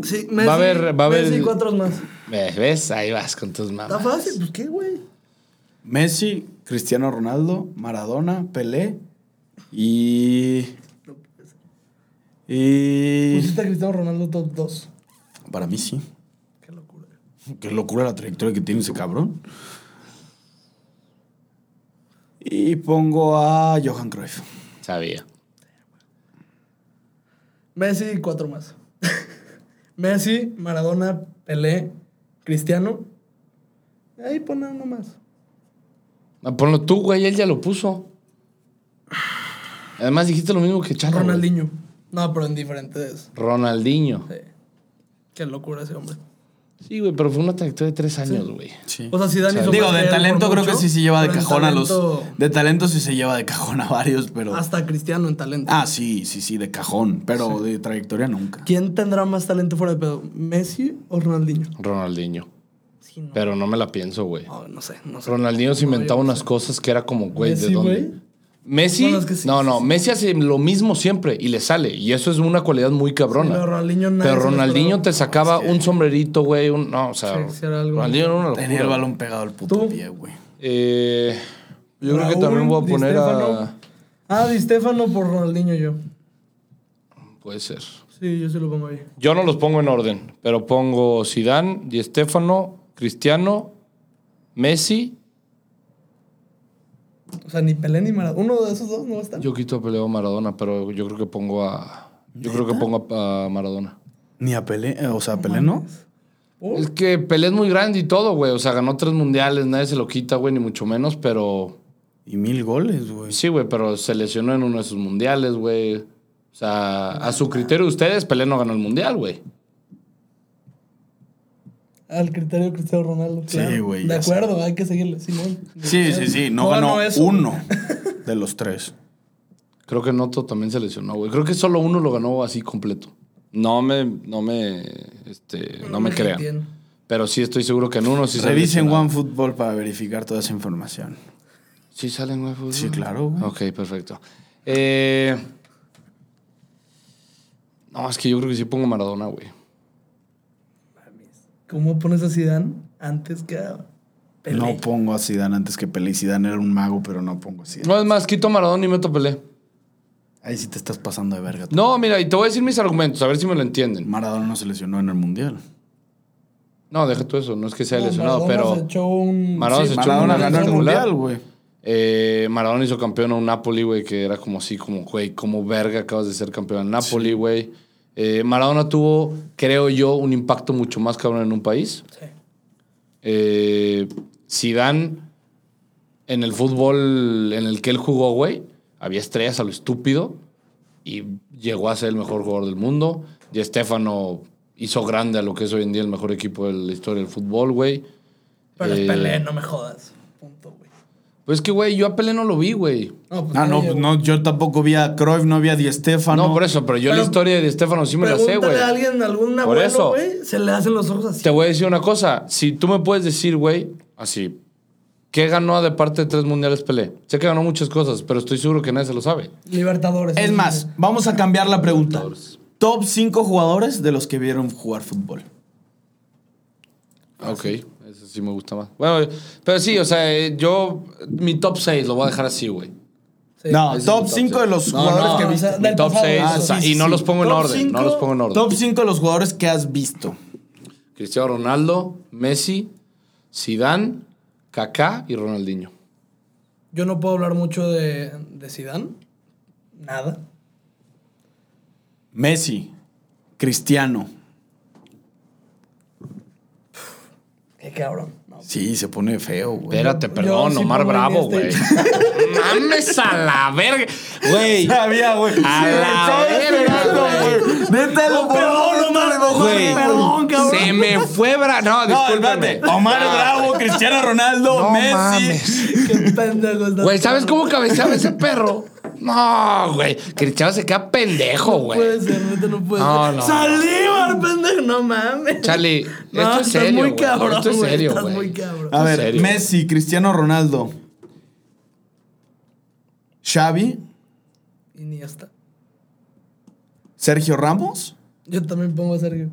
S1: Sí, Messi.
S3: Va a haber- va a haber- Ah,
S1: Messi y cuatro más.
S3: Eh, ¿Ves? Ahí vas con tus
S1: Está
S3: mamás.
S1: fácil, pues qué, güey.
S2: Messi, Cristiano Ronaldo, Maradona, Pelé y.
S3: Pues
S2: Y.
S1: Pusiste a Cristiano Ronaldo top 2.
S2: Para mí sí.
S1: Qué locura.
S2: Qué locura la trayectoria que tiene ese cabrón. Y pongo a Johan Cruyff.
S3: Sabía.
S1: Messi y cuatro más. Messi, Maradona, Pelé, Cristiano. Ahí pone uno más.
S3: Ah, Ponlo tú, güey, él ya lo puso. Además dijiste lo mismo que Charro. Ah, güey.
S1: Ronaldinho. No, pero en diferentes.
S3: Ronaldinho.
S1: Sí. Qué locura ese hombre.
S3: Sí, güey, pero fue una trayectoria de tres años, güey.
S2: Sí.
S1: O sea, si Dani hizo
S2: Digo,
S1: más
S2: de
S1: que él
S2: talento
S1: por
S2: creo que
S1: mucho,
S2: sí se lleva de
S1: pero en
S2: cajón a los.
S1: talento,
S2: De talento sí se lleva de cajón a varios, pero.
S1: Hasta Cristiano en talento.
S2: Ah, sí, sí, sí, de cajón, pero de trayectoria nunca.
S1: ¿Quién tendrá más talento fuera de pedo? ¿Messi o Ronaldinho?
S3: Ronaldinho.
S1: Sí, no.
S3: Pero no me la pienso, güey.
S1: No, no sé, no sé.
S3: Ronaldinho se inventaba unas cosas que era como, güey, ¿de
S1: ¿Messi,
S3: dónde?
S1: güey?
S3: Messi,
S1: Bueno, es que sí,
S3: no,
S1: sí,
S3: no,
S1: sí.
S3: Messi hace lo mismo siempre y le sale. Y eso es una cualidad muy
S1: Sí,
S3: cabrona.
S1: pero
S3: pero
S1: Ronaldinho
S3: Ronaldinho,
S1: nadie se lo esperaba.
S3: te sacaba un sombrerito, güey. un- no, o sea,
S1: Sí, sí era algo.
S3: Ronaldinho era una locura.
S2: Tenía el balón pegado al puto
S1: ¿Tú?
S2: pie, güey.
S3: Eh, yo creo que
S1: Raúl
S3: también voy a
S1: Di
S3: poner a...
S1: Stéfano. Ah, Di Stefano por Ronaldinho yo.
S3: Puede ser.
S1: Sí, yo sí lo pongo ahí.
S3: Yo no los pongo en orden, pero pongo Zidane, Di Stéfano, Cristiano, Messi.
S1: O sea, ni Pelé ni Maradona. Uno de esos dos no va a estar.
S3: Yo quito a Peleo Maradona, pero yo creo que pongo a... Yo creo que pongo a- a Maradona.
S2: Ni a Pelé, eh, o sea, a Pelé no.
S1: Oh,
S3: Es que Pelé es muy grande y todo, güey. O sea, ganó tres mundiales, nadie se lo quita, güey, ni mucho menos, pero.
S2: Y mil goles, güey.
S3: Sí, güey, pero se lesionó en uno de sus mundiales, güey. O sea, a su criterio de ustedes, Pelé no ganó el mundial, güey.
S1: Al criterio de Cristiano Ronaldo.
S2: Sí,
S1: claro.
S2: güey,
S1: De
S2: ya sé.
S1: acuerdo, hay que seguirle. Simón.
S2: Sí, sí, sí, no, ganó
S1: eso.
S2: uno de los tres.
S3: Creo que Noto también se lesionó, güey. Creo que solo uno lo ganó así completo. No me, no me, este, no me crean.
S1: entiendo.
S3: Pero sí estoy seguro que en uno sí se
S2: Revisen
S3: lesionó.
S2: OneFootball para verificar toda esa información.
S3: Sí salen, güey.
S2: Sí, claro, güey.
S3: Ok, perfecto. Eh, no, es que yo creo que sí pongo Maradona, güey.
S1: ¿Cómo pones a Zidane antes que a Pelé?
S2: No
S3: pues,
S2: pongo a Zidane antes que Pelé. y Zidane era un mago, pero no pongo a Zidane.
S3: No, es más, quito a Maradona y meto a Pelé.
S2: Ahí sí te estás pasando de verga. tú.
S3: No, mira, y te voy a decir mis argumentos, a ver si me lo entienden.
S2: Maradona no se lesionó en el Mundial.
S3: No, deja tú eso, no es que sea
S1: No,
S3: lesionado,
S1: Maradona
S3: pero
S1: se echó un...
S3: Maradona se echó
S2: Maradona
S3: un
S2: ganó el
S3: regular.
S2: Mundial, güey.
S3: eh, Maradona hizo campeón a un Napoli, güey, que era como así, como, güey, como verga acabas de ser campeón al Napoli, güey. Eh, Maradona tuvo, creo yo, un impacto mucho más cabrón en un país.
S1: Sí.
S3: Eh, Zidane, en el fútbol en el que él jugó, güey, había estrellas a lo estúpido y llegó a ser el mejor jugador del mundo. Y Stefano hizo grande a lo que es hoy en día el mejor equipo de la historia del fútbol, güey.
S1: Pero
S3: Eh,
S1: es Pelé, no me jodas. Punto, güey.
S3: Pues es que, güey, yo a Pelé no lo vi, güey.
S1: No, pues
S2: Ah, no, pues no, yo tampoco vi a Cruyff, no vi a Di Stéfano.
S3: No, por eso, pero yo
S1: Ah, Pero-
S3: la historia de Stefano sí me la sé,
S1: Pregúntale
S3: güey.
S1: a alguien, a algún
S3: Por
S1: abuelo,
S3: eso.
S1: güey, se le hacen los ojos así.
S3: Te voy a decir una cosa. Si tú me puedes decir, güey, así, ¿qué ganó de parte de tres mundiales Pelé? Sé que ganó muchas cosas, pero estoy seguro que nadie se lo sabe.
S1: Libertadores.
S2: Es
S1: sí,
S2: más, vamos a cambiar la pregunta. top 5 jugadores de los que vieron jugar fútbol.
S3: Ok, eso sí me gusta más. Bueno, pero sí, o sea, eh, yo mi top 6 lo voy a dejar así, güey.
S1: Sí.
S2: no,
S3: ese
S2: top 5
S3: es el top
S2: de
S3: cinco.
S2: los
S1: No,
S2: jugadores
S1: no,
S2: que
S1: o
S2: viste.
S1: sea, del
S3: Mi top
S1: pasado.
S3: 6,
S1: Ah,
S3: o sea,
S2: sí,
S3: y no
S2: sí.
S3: los pongo en
S1: Top
S3: orden, no
S1: cinco,
S3: los pongo en orden.
S2: Top 5 de los jugadores que has visto.
S3: Cristiano Ronaldo, Messi, Zidane, Kaká y Ronaldinho.
S1: Yo no puedo hablar mucho de, de Zidane. Nada.
S2: Messi, Cristiano.
S1: Qué cabrón. No.
S2: Sí, se pone feo, güey.
S3: Espérate,
S1: Yo
S3: perdón,
S1: sí
S3: Omar
S1: pongo
S3: Bravo, güey.
S1: Iniesta
S3: Mames a la verga. Güey,
S2: Sabía, güey.
S3: A
S2: Sí,
S3: la
S2: estaba
S3: verga,
S2: esperando,
S3: güey.
S2: Neta, lo perdón, Omar,
S3: güey.
S2: Perdón, cabrón.
S3: Se me fue Bra... No,
S2: No,
S3: discúlpame.
S2: espérate. Omar Bravo, Cristiano Ronaldo,
S3: No
S2: Messi.
S3: mames.
S1: Qué pendejo está.
S3: Güey, ¿sabes cómo cabeceaba ese perro? No, güey. Cristiano se queda pendejo,
S1: No
S3: güey.
S1: puede ser, neta, no puede
S3: No,
S1: ser.
S3: no.
S1: Saldívar, pendejo, no mames.
S3: Charlie,
S1: No,
S3: esto es
S1: estás
S3: serio,
S1: muy
S3: güey.
S1: cabrón,
S3: Esto es
S1: güey,
S3: serio,
S1: estás
S3: güey. Ah.
S1: muy cabrón.
S2: A
S3: ¿En
S2: ver,
S3: serio?
S2: Messi, Cristiano Ronaldo. Xavi,
S1: Y ni está.
S2: Sergio Ramos.
S1: Yo también pongo a Sergio.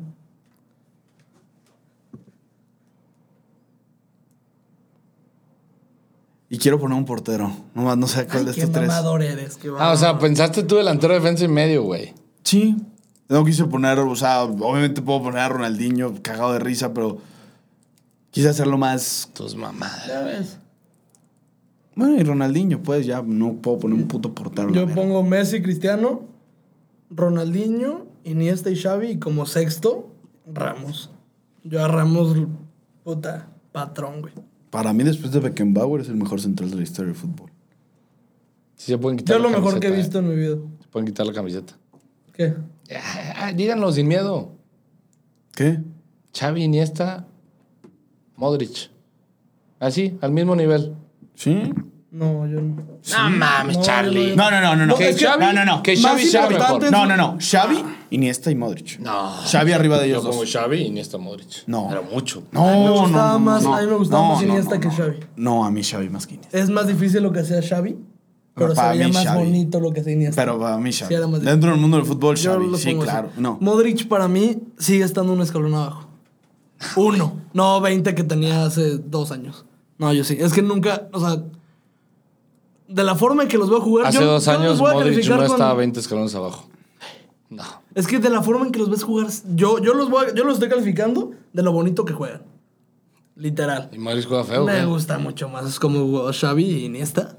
S2: Y quiero poner un portero. Nomás no sé cuál
S1: Ay,
S2: de
S1: qué
S2: estos tres.
S1: mamador eres. Qué
S3: Ah, o sea, pensaste tú delantero, defensa y medio, güey.
S2: Sí. No quise poner, o sea, obviamente puedo poner a Ronaldinho cagado de risa, pero quise hacerlo más.
S3: Tus mamadas.
S1: ¿sabes?
S2: Bueno, y Ronaldinho, pues ya no puedo poner un puto portero. la
S1: Yo
S2: verga.
S1: pongo Messi, Cristiano, Ronaldinho, Iniesta y Xavi. Y como sexto, Ramos. Yo a Ramos, puta, patrón, güey.
S2: Para mí, después de Beckenbauer, es el mejor central de la historia del fútbol.
S3: Sí se pueden quitar
S1: Yo es lo
S3: la
S1: mejor que he visto
S3: camiseta, eh.
S1: en mi vida.
S3: Se pueden quitar la camiseta.
S1: ¿Qué?
S3: Ah, ah, díganlo sin miedo.
S2: ¿Qué?
S3: Xavi, Iniesta, Modric. Así, al mismo nivel.
S2: ¿Sí?
S1: No, yo no.
S3: No mames,
S1: No,
S3: Charlie.
S2: No, no, no, no. no.
S3: Que Xavi-
S2: no, no, no.
S3: que
S2: Más
S3: Xavi sea
S2: importante-
S1: mejor.
S2: No, no, no. Xavi, Iniesta y Modric. Xavi arriba de
S3: Yo
S2: ellos
S3: como
S2: dos.
S3: Xavi, Iniesta, Modric.
S2: No.
S3: Pero mucho.
S2: No, no, no,
S1: gustaba
S2: no,
S1: más-
S2: no.
S1: a mí me gustaba más Iniesta que
S2: no.
S1: Xavi.
S2: No, a mí Xavi más que Iniesta.
S1: Es más difícil lo que hacía Xavi, pero se
S2: para
S1: veía
S2: mí,
S1: más
S2: Xavi.
S1: bonito lo que hacía Iniesta.
S2: Pero para mí Xavi.
S1: Sí, era más difícil.
S2: Dentro del mundo del fútbol,
S1: Yo
S2: Xavi.
S1: lo
S2: Sí,
S1: pongo así.
S2: claro. No.
S1: Modric para mí sigue estando un escalón abajo. Uno, no 20 que tenía hace dos años. No, yo sí. Es que nunca, o sea, de la forma en que los voy a jugar.
S3: Hace
S1: yo-
S3: dos
S1: yo los
S3: años
S1: voy a
S3: Modric
S1: calificar
S3: no
S1: con-
S3: estaba 20 escalones abajo. No.
S1: Es que de la forma en que los ves jugar, yo, yo, los, voy a- yo los estoy calificando de lo bonito que juegan. Literal.
S3: Y Modric juega feo,
S1: Me
S3: güey.
S1: gusta mucho más. Es como jugó Xavi y Iniesta.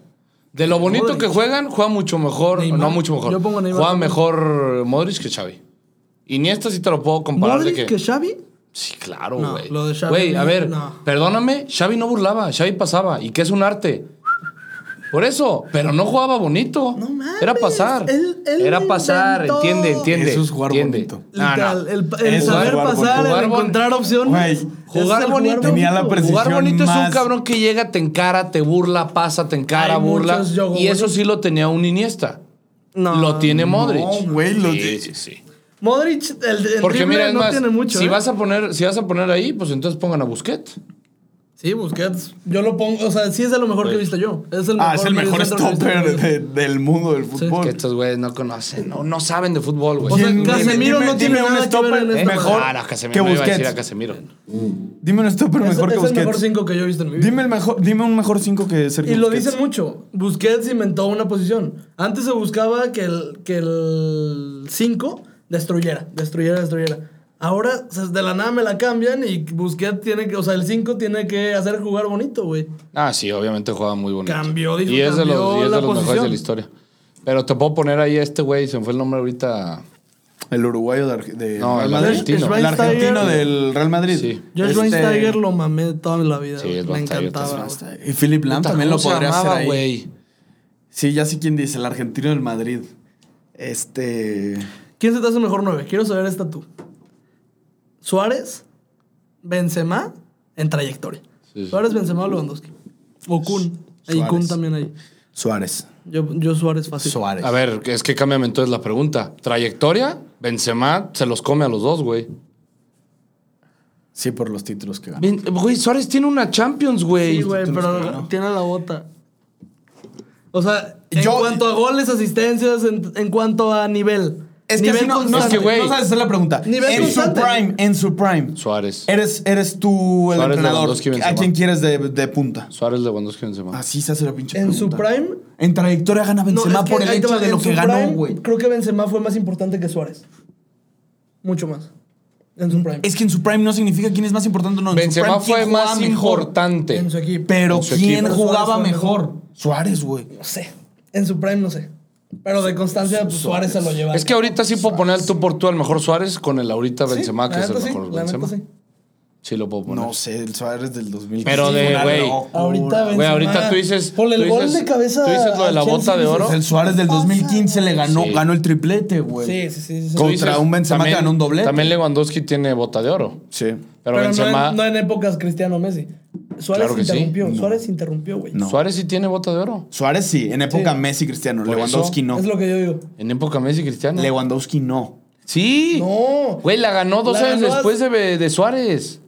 S3: De lo bonito
S1: Modric.
S3: que juegan, juega mucho mejor.
S1: Neymar.
S3: No mucho mejor.
S1: Yo pongo a Neymar
S3: Juega
S1: también.
S3: mejor Modric que Xavi. Iniesta sí te lo puedo comparar
S1: Modric
S3: de
S1: que Xavi
S3: Sí, claro,
S1: No,
S3: güey.
S1: lo de Xavi
S3: Güey, a
S1: no,
S3: ver,
S1: no.
S3: perdóname, Xavi no burlaba, Xavi pasaba. ¿Y qué es un arte? Por eso, pero no jugaba bonito.
S1: No mames,
S3: Era pasar.
S1: él- él
S3: Era
S1: lo
S3: pasar,
S1: inventó.
S3: entiende, entiende.
S2: Eso es jugar
S3: entiende.
S2: bonito.
S3: No, no.
S1: Literal, el, el
S2: Eso Ah, es
S1: saber
S2: jugar
S1: pasar,
S3: bonito.
S1: el encontrar
S2: Güey,
S1: opciones.
S3: Jugar
S1: es el
S3: bonito.
S2: Tenía la precisión
S3: Jugar bonito es un
S2: más-
S3: cabrón que llega, te encara, te burla, pasa, te encara,
S1: Hay
S3: burla.
S1: muchos Jogo
S3: Y eso
S1: Modric.
S3: sí lo tenía un Iniesta.
S1: No.
S3: lo tiene Modric.
S2: No, güey, lo
S3: sí,
S2: de-
S3: sí, sí.
S1: Modric, el, el
S3: Porque
S1: drible
S3: mira, es
S1: no
S3: más,
S1: tiene mucho.
S3: si,
S1: ¿eh?
S3: vas a poner, si vas a poner ahí, pues entonces pongan a Busquets.
S1: Sí, Busquets. Yo lo pongo, o sea, sí es de lo mejor que he visto yo. Es el mejor
S2: Ah, es el mejor
S1: mediocentro que he visto
S2: stopper
S1: yo.
S2: de- del mundo del fútbol.
S3: Que estos güeyes no conocen, no, no saben de fútbol, güey.
S1: O sea,
S2: Dime-
S1: Casemiro
S2: dime-
S1: no tiene
S2: dime un
S1: nada que ver en este
S2: stopper
S1: esta
S2: mejor
S3: Ah, no, Casemiro,
S2: que
S3: no iba a decir a
S2: Busquets.
S3: Casemiro.
S2: Dime un stopper
S1: Es,
S2: mejor que
S1: es el mejor
S2: Busquets.
S1: 5 que yo he visto en mi vida.
S2: Dime el mejor, dime un mejor 5 que Sergio
S1: y lo
S2: Busquets.
S1: dicen mucho. Busquets inventó una posición. Antes se buscaba que el 5 que el cinco destruyera, destruyera, destruyera. Ahora o sea, de la nada me la cambian y Busquets tiene que, o sea, el 5 tiene que hacer jugar bonito, güey.
S3: Ah, sí, obviamente jugaba muy bonito.
S1: Cambió, dijo,
S3: Y es de los, y
S1: cambió
S3: es
S1: la
S3: de los mejores
S1: posición.
S3: de la historia. Pero te puedo poner ahí a este güey, se me fue el nombre ahorita.
S2: Ah, El uruguayo de, Arge- de
S3: No, el argentino.
S2: El
S1: Schweinsteiger.
S2: argentino del Real Madrid.
S3: Sí.
S1: Yo
S2: Este-
S1: Schweinsteiger lo mamé toda la vida.
S3: Sí,
S1: güey.
S3: el
S1: me
S3: Schweinsteiger
S1: encantaba.
S3: está-
S1: güey.
S2: Y Philip Lam
S3: Puta,
S2: también
S3: ¿cómo
S2: lo
S3: se
S2: podría
S3: llamaba,
S2: hacer ahí.
S3: güey?
S2: Sí, ya sé quién dice, el argentino del Madrid. Este.
S1: ¿Quién se te hace mejor 9? Quiero saber esta tú. Suárez, Benzema, en trayectoria.
S3: Sí, sí.
S1: Suárez, Benzema o Lewandowski. O Kun. Y
S2: Suárez.
S1: Kun también ahí.
S2: Suárez.
S1: Yo, yo Suárez fácil.
S2: Suárez.
S3: A ver, es que cámbiame entonces la pregunta. Trayectoria, Benzema se los come a los dos, güey.
S2: Sí, por los títulos que ganó.
S3: Ben- Güey, Suárez tiene una Champions, güey.
S1: Sí, güey,
S2: Tú no
S1: pero
S2: estás, ¿no?
S1: tiene la bota. O sea, en
S2: Yo-
S1: cuanto a goles, asistencias, en, en cuanto a nivel.
S2: Es que
S1: Nivel
S2: así no, no,
S1: constante.
S2: es que, güey,
S3: güey.
S2: no sabes hacer la pregunta.
S1: Nivel
S2: en su
S1: constante.
S2: prime, en su prime.
S3: Suárez.
S2: Eres, eres tú el
S3: Suárez,
S2: entrenador.
S3: Lewandowski, Benzema.
S2: ¿A quién quieres de, de punta?
S3: Suárez Lewandowski Benzema.
S2: Así se hace la pinche
S1: En su
S2: pregunta.
S1: prime.
S2: En trayectoria gana
S1: No,
S2: Benzema
S1: es que
S2: por el
S1: ahí te
S2: hecho
S1: va,
S2: de
S1: en
S2: lo
S1: su
S2: que ganó,
S1: prime,
S2: güey.
S1: Creo que Benzema fue más importante que Suárez. Mucho más. En su prime.
S2: Es que en su prime no significa quién es más importante o no. En su
S3: Benzema
S2: prime, ¿quién
S3: fue
S2: jugaba
S3: más
S2: mejor?
S3: importante.
S1: en su equipo.
S2: Pero
S3: En su
S2: ¿quién
S3: equipo.
S2: jugaba
S1: Suárez fue
S2: mejor? Suárez, güey.
S1: No sé. En su prime no sé. Pero de constancia pues, Suárez se lo lleva.
S3: Es que ahorita sí puedo poner al tú por tú al mejor Suárez con el ahorita
S1: Sí,
S3: Benzema, que
S1: la
S3: es el
S1: neta sí,
S3: mejor
S1: la neta
S3: Benzema.
S1: sí.
S3: Sí lo puedo poner.
S2: No sé, el Suárez del 2015.
S3: Pero de,
S2: Una
S3: güey,
S2: locura.
S1: Ahorita Benzema.
S3: Güey, ahorita tú dices.
S1: Por el
S3: tú
S1: gol
S3: dices-
S1: de cabeza.
S3: Tú dices lo de la
S1: a
S3: bota
S1: Chelsea,
S3: de
S1: dices, "Ah,
S3: oro.
S2: pues El Suárez del 2015 le ganó,
S3: Sí.
S2: ganó el triplete, güey.
S1: Sí, sí, sí. sí, sí.
S3: Tú
S2: Contra
S3: dices,
S2: un Benzema que
S3: también-
S2: ganó un doblete.
S3: También Lewandowski tiene bota de oro.
S2: Sí.
S1: Pero
S3: Pero,
S1: no,
S3: Benzema.
S1: en, no en épocas Cristiano Messi. Suárez
S3: Claro que sí.
S1: interrumpió. Suárez interrumpió, güey.
S2: No.
S3: Suárez sí tiene bota de oro.
S2: Suárez sí, en época
S1: Sí.
S2: Messi Cristiano,
S3: Por
S2: Lewandowski
S3: eso,
S2: no.
S1: Es lo que yo digo.
S3: En época Messi Cristiano.
S2: Lewandowski no.
S3: sí.
S1: No.
S3: Güey, la ganó dos
S1: La
S3: años
S1: ganó-
S3: después de, de Suárez.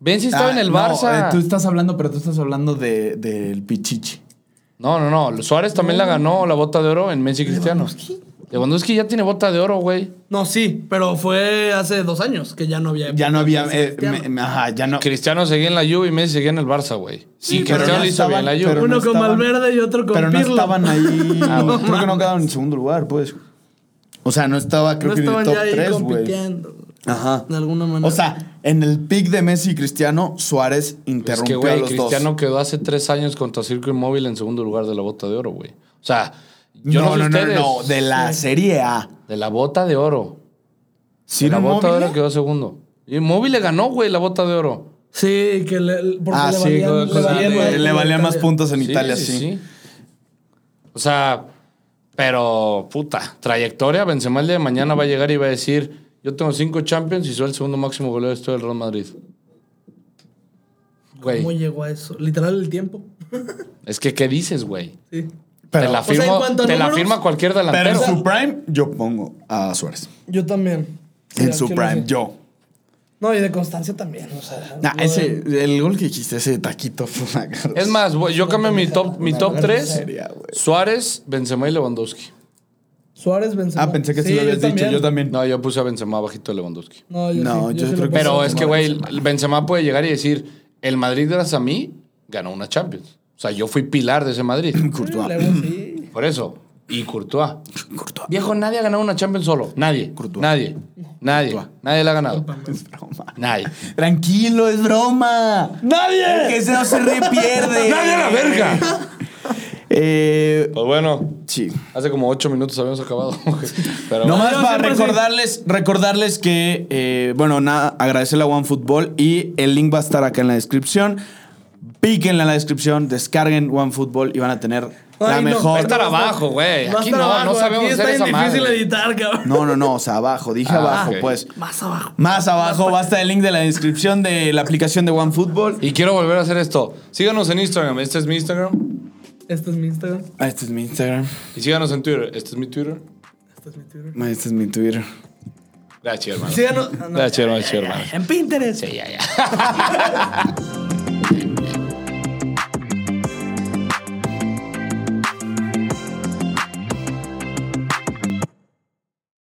S3: Messi estaba
S2: Ah,
S3: en el
S2: no,
S3: Barça.
S2: eh, tú estás hablando, pero tú estás hablando de- del Pichichi.
S3: No, no, no. Suárez también la ganó la bota de oro en Messi Cristiano. Lewandowski ya tiene bota de oro, güey.
S1: No, sí, pero fue hace dos años que ya no había.
S2: Ya no había.
S1: Messi,
S2: eh,
S1: Cristiano.
S2: me- me- ajá, ya no.
S3: Cristiano seguía en la Juve y Messi seguía en el Barça, güey.
S2: Sí,
S3: Y
S2: pero
S3: Cristiano
S2: no
S3: le hizo
S2: estaban-
S3: bien la Juve.
S2: pero
S1: Uno
S2: no
S1: con
S2: estaban-
S1: Valverde y otro con
S2: Pero no
S1: Pirlo.
S2: estaban ahí.
S3: Ah, bueno.
S2: creo que no quedaron en segundo lugar, pues. O sea, no estaba, creo
S1: no
S2: que en
S1: estaban ya
S2: el top
S1: ahí
S2: 3, güey.
S1: compitiendo.
S2: Ajá.
S1: De alguna manera.
S2: O sea, en el pick de Messi y Cristiano, Suárez
S3: Es
S2: interrumpió
S3: que, güey,
S2: a los
S3: Cristiano
S2: dos.
S3: quedó hace tres años contra Circo Inmóvil en segundo lugar de la bota de oro, güey. O sea, yo no,
S2: No,
S3: sé
S2: no, no,
S3: ustedes.
S2: no, de la Serie A.
S3: De la bota de oro. De
S2: Ciro
S3: la bota de
S2: Immobile?
S3: oro quedó segundo. Y Móvil le ganó, güey, la bota de oro.
S1: Sí, que le. Porque
S2: Ah,
S1: le
S2: sí,
S1: valían,
S3: güey,
S1: le
S3: cosa
S1: valían
S3: de-
S1: más
S2: Le
S1: puntos
S2: valía
S1: en
S2: más
S1: Italia.
S2: puntos en Italia, sí.
S3: O sea, pero, puta, trayectoria. Benzema el día de mañana va a llegar y va a decir: Yo tengo cinco champions y soy el segundo máximo goleador de estoy del Real Madrid.
S1: ¿Cómo
S3: Güey,
S1: llegó a eso? Literal el tiempo.
S3: es que, ¿qué dices, güey?
S1: Sí.
S2: Pero,
S3: Te la
S1: O sea, en
S3: firmo,
S1: cuanto a
S3: te la
S1: números-
S3: firma cualquier
S2: pero
S3: delantero.
S2: en su prime, yo pongo a Suárez.
S1: Yo también. Sí,
S2: En
S1: al
S2: su
S1: Chile
S2: prime,
S1: sí.
S2: yo.
S1: No, y de constancia también. O sea,
S2: Nah,
S1: lo de-
S2: ese, el gol que dijiste, ese taquito fue una garra.
S3: Es más, güey, yo cambio mi top, mi top
S2: verga
S3: 3.
S2: seria, güey.
S3: Suárez, Benzema y Lewandowski.
S1: Suárez Benzema.
S2: Ah, pensé que sí, lo
S1: yo
S2: habías dicho, yo también.
S3: No, yo puse a Benzema bajito de Lewandowski.
S1: No, yo,
S2: No,
S1: sí,
S2: yo
S1: sí
S2: creo
S1: lo
S2: que-
S1: puse.
S3: Pero es que, güey,
S2: Benzema.
S3: el Benzema puede llegar y decir, el Madrid gracias a mí ganó una Champions. O sea, yo fui pilar de ese Madrid.
S2: Courtois.
S1: Luego sí.
S3: Por eso. Y Courtois.
S2: Courtois.
S3: Viejo, nadie ha ganado una Champions solo. Nadie.
S2: Courtois.
S3: Nadie. Nadie. Nadie la ha ganado.
S2: Es broma.
S3: Nadie.
S2: Tranquilo, es broma.
S3: ¡Nadie!
S2: Que ese no se re pierde.
S3: ¡Nadie a la verga!
S2: Eh,
S3: Pues bueno,
S2: sí.
S3: hace como ocho minutos habíamos acabado. Pero
S2: Nomás
S1: Yo
S2: para
S1: siempre
S2: recordarles, recordarles que, eh, bueno, nada, agradecerle a OneFootball y el link va a estar acá en la descripción. Píquenle en la descripción, descarguen OneFootball y van a tener la
S1: Ay, no,
S2: mejor.
S3: Va a estar
S1: Va a estar-
S3: abajo, güey.
S1: Va a
S3: Aquí
S1: estar
S3: no,
S1: abajo,
S3: no sabemos
S1: aquí
S3: hacer
S1: está
S3: esa
S1: bien difícil
S3: madre.
S1: editar, cabrón.
S2: No, no, no, o sea, abajo, dije
S3: Ah,
S2: abajo,
S3: ok.
S2: pues.
S1: Más abajo.
S2: Más abajo va a estar el link de la descripción de la aplicación de OneFootball.
S3: Y quiero volver a hacer esto. Síganos en Instagram. Este es mi Instagram.
S1: Este es mi Instagram.
S2: Ah, Este es mi Instagram,
S3: Y síganos en Twitter. Este es mi Twitter.
S1: Este es mi Twitter.
S2: Ah, este es mi Twitter.
S3: Gracias, hermano.
S1: Síganos. ah, no.
S3: Gracias, hermano. Gracias, hermano.
S1: En Pinterest.
S3: Sí, ya, ya.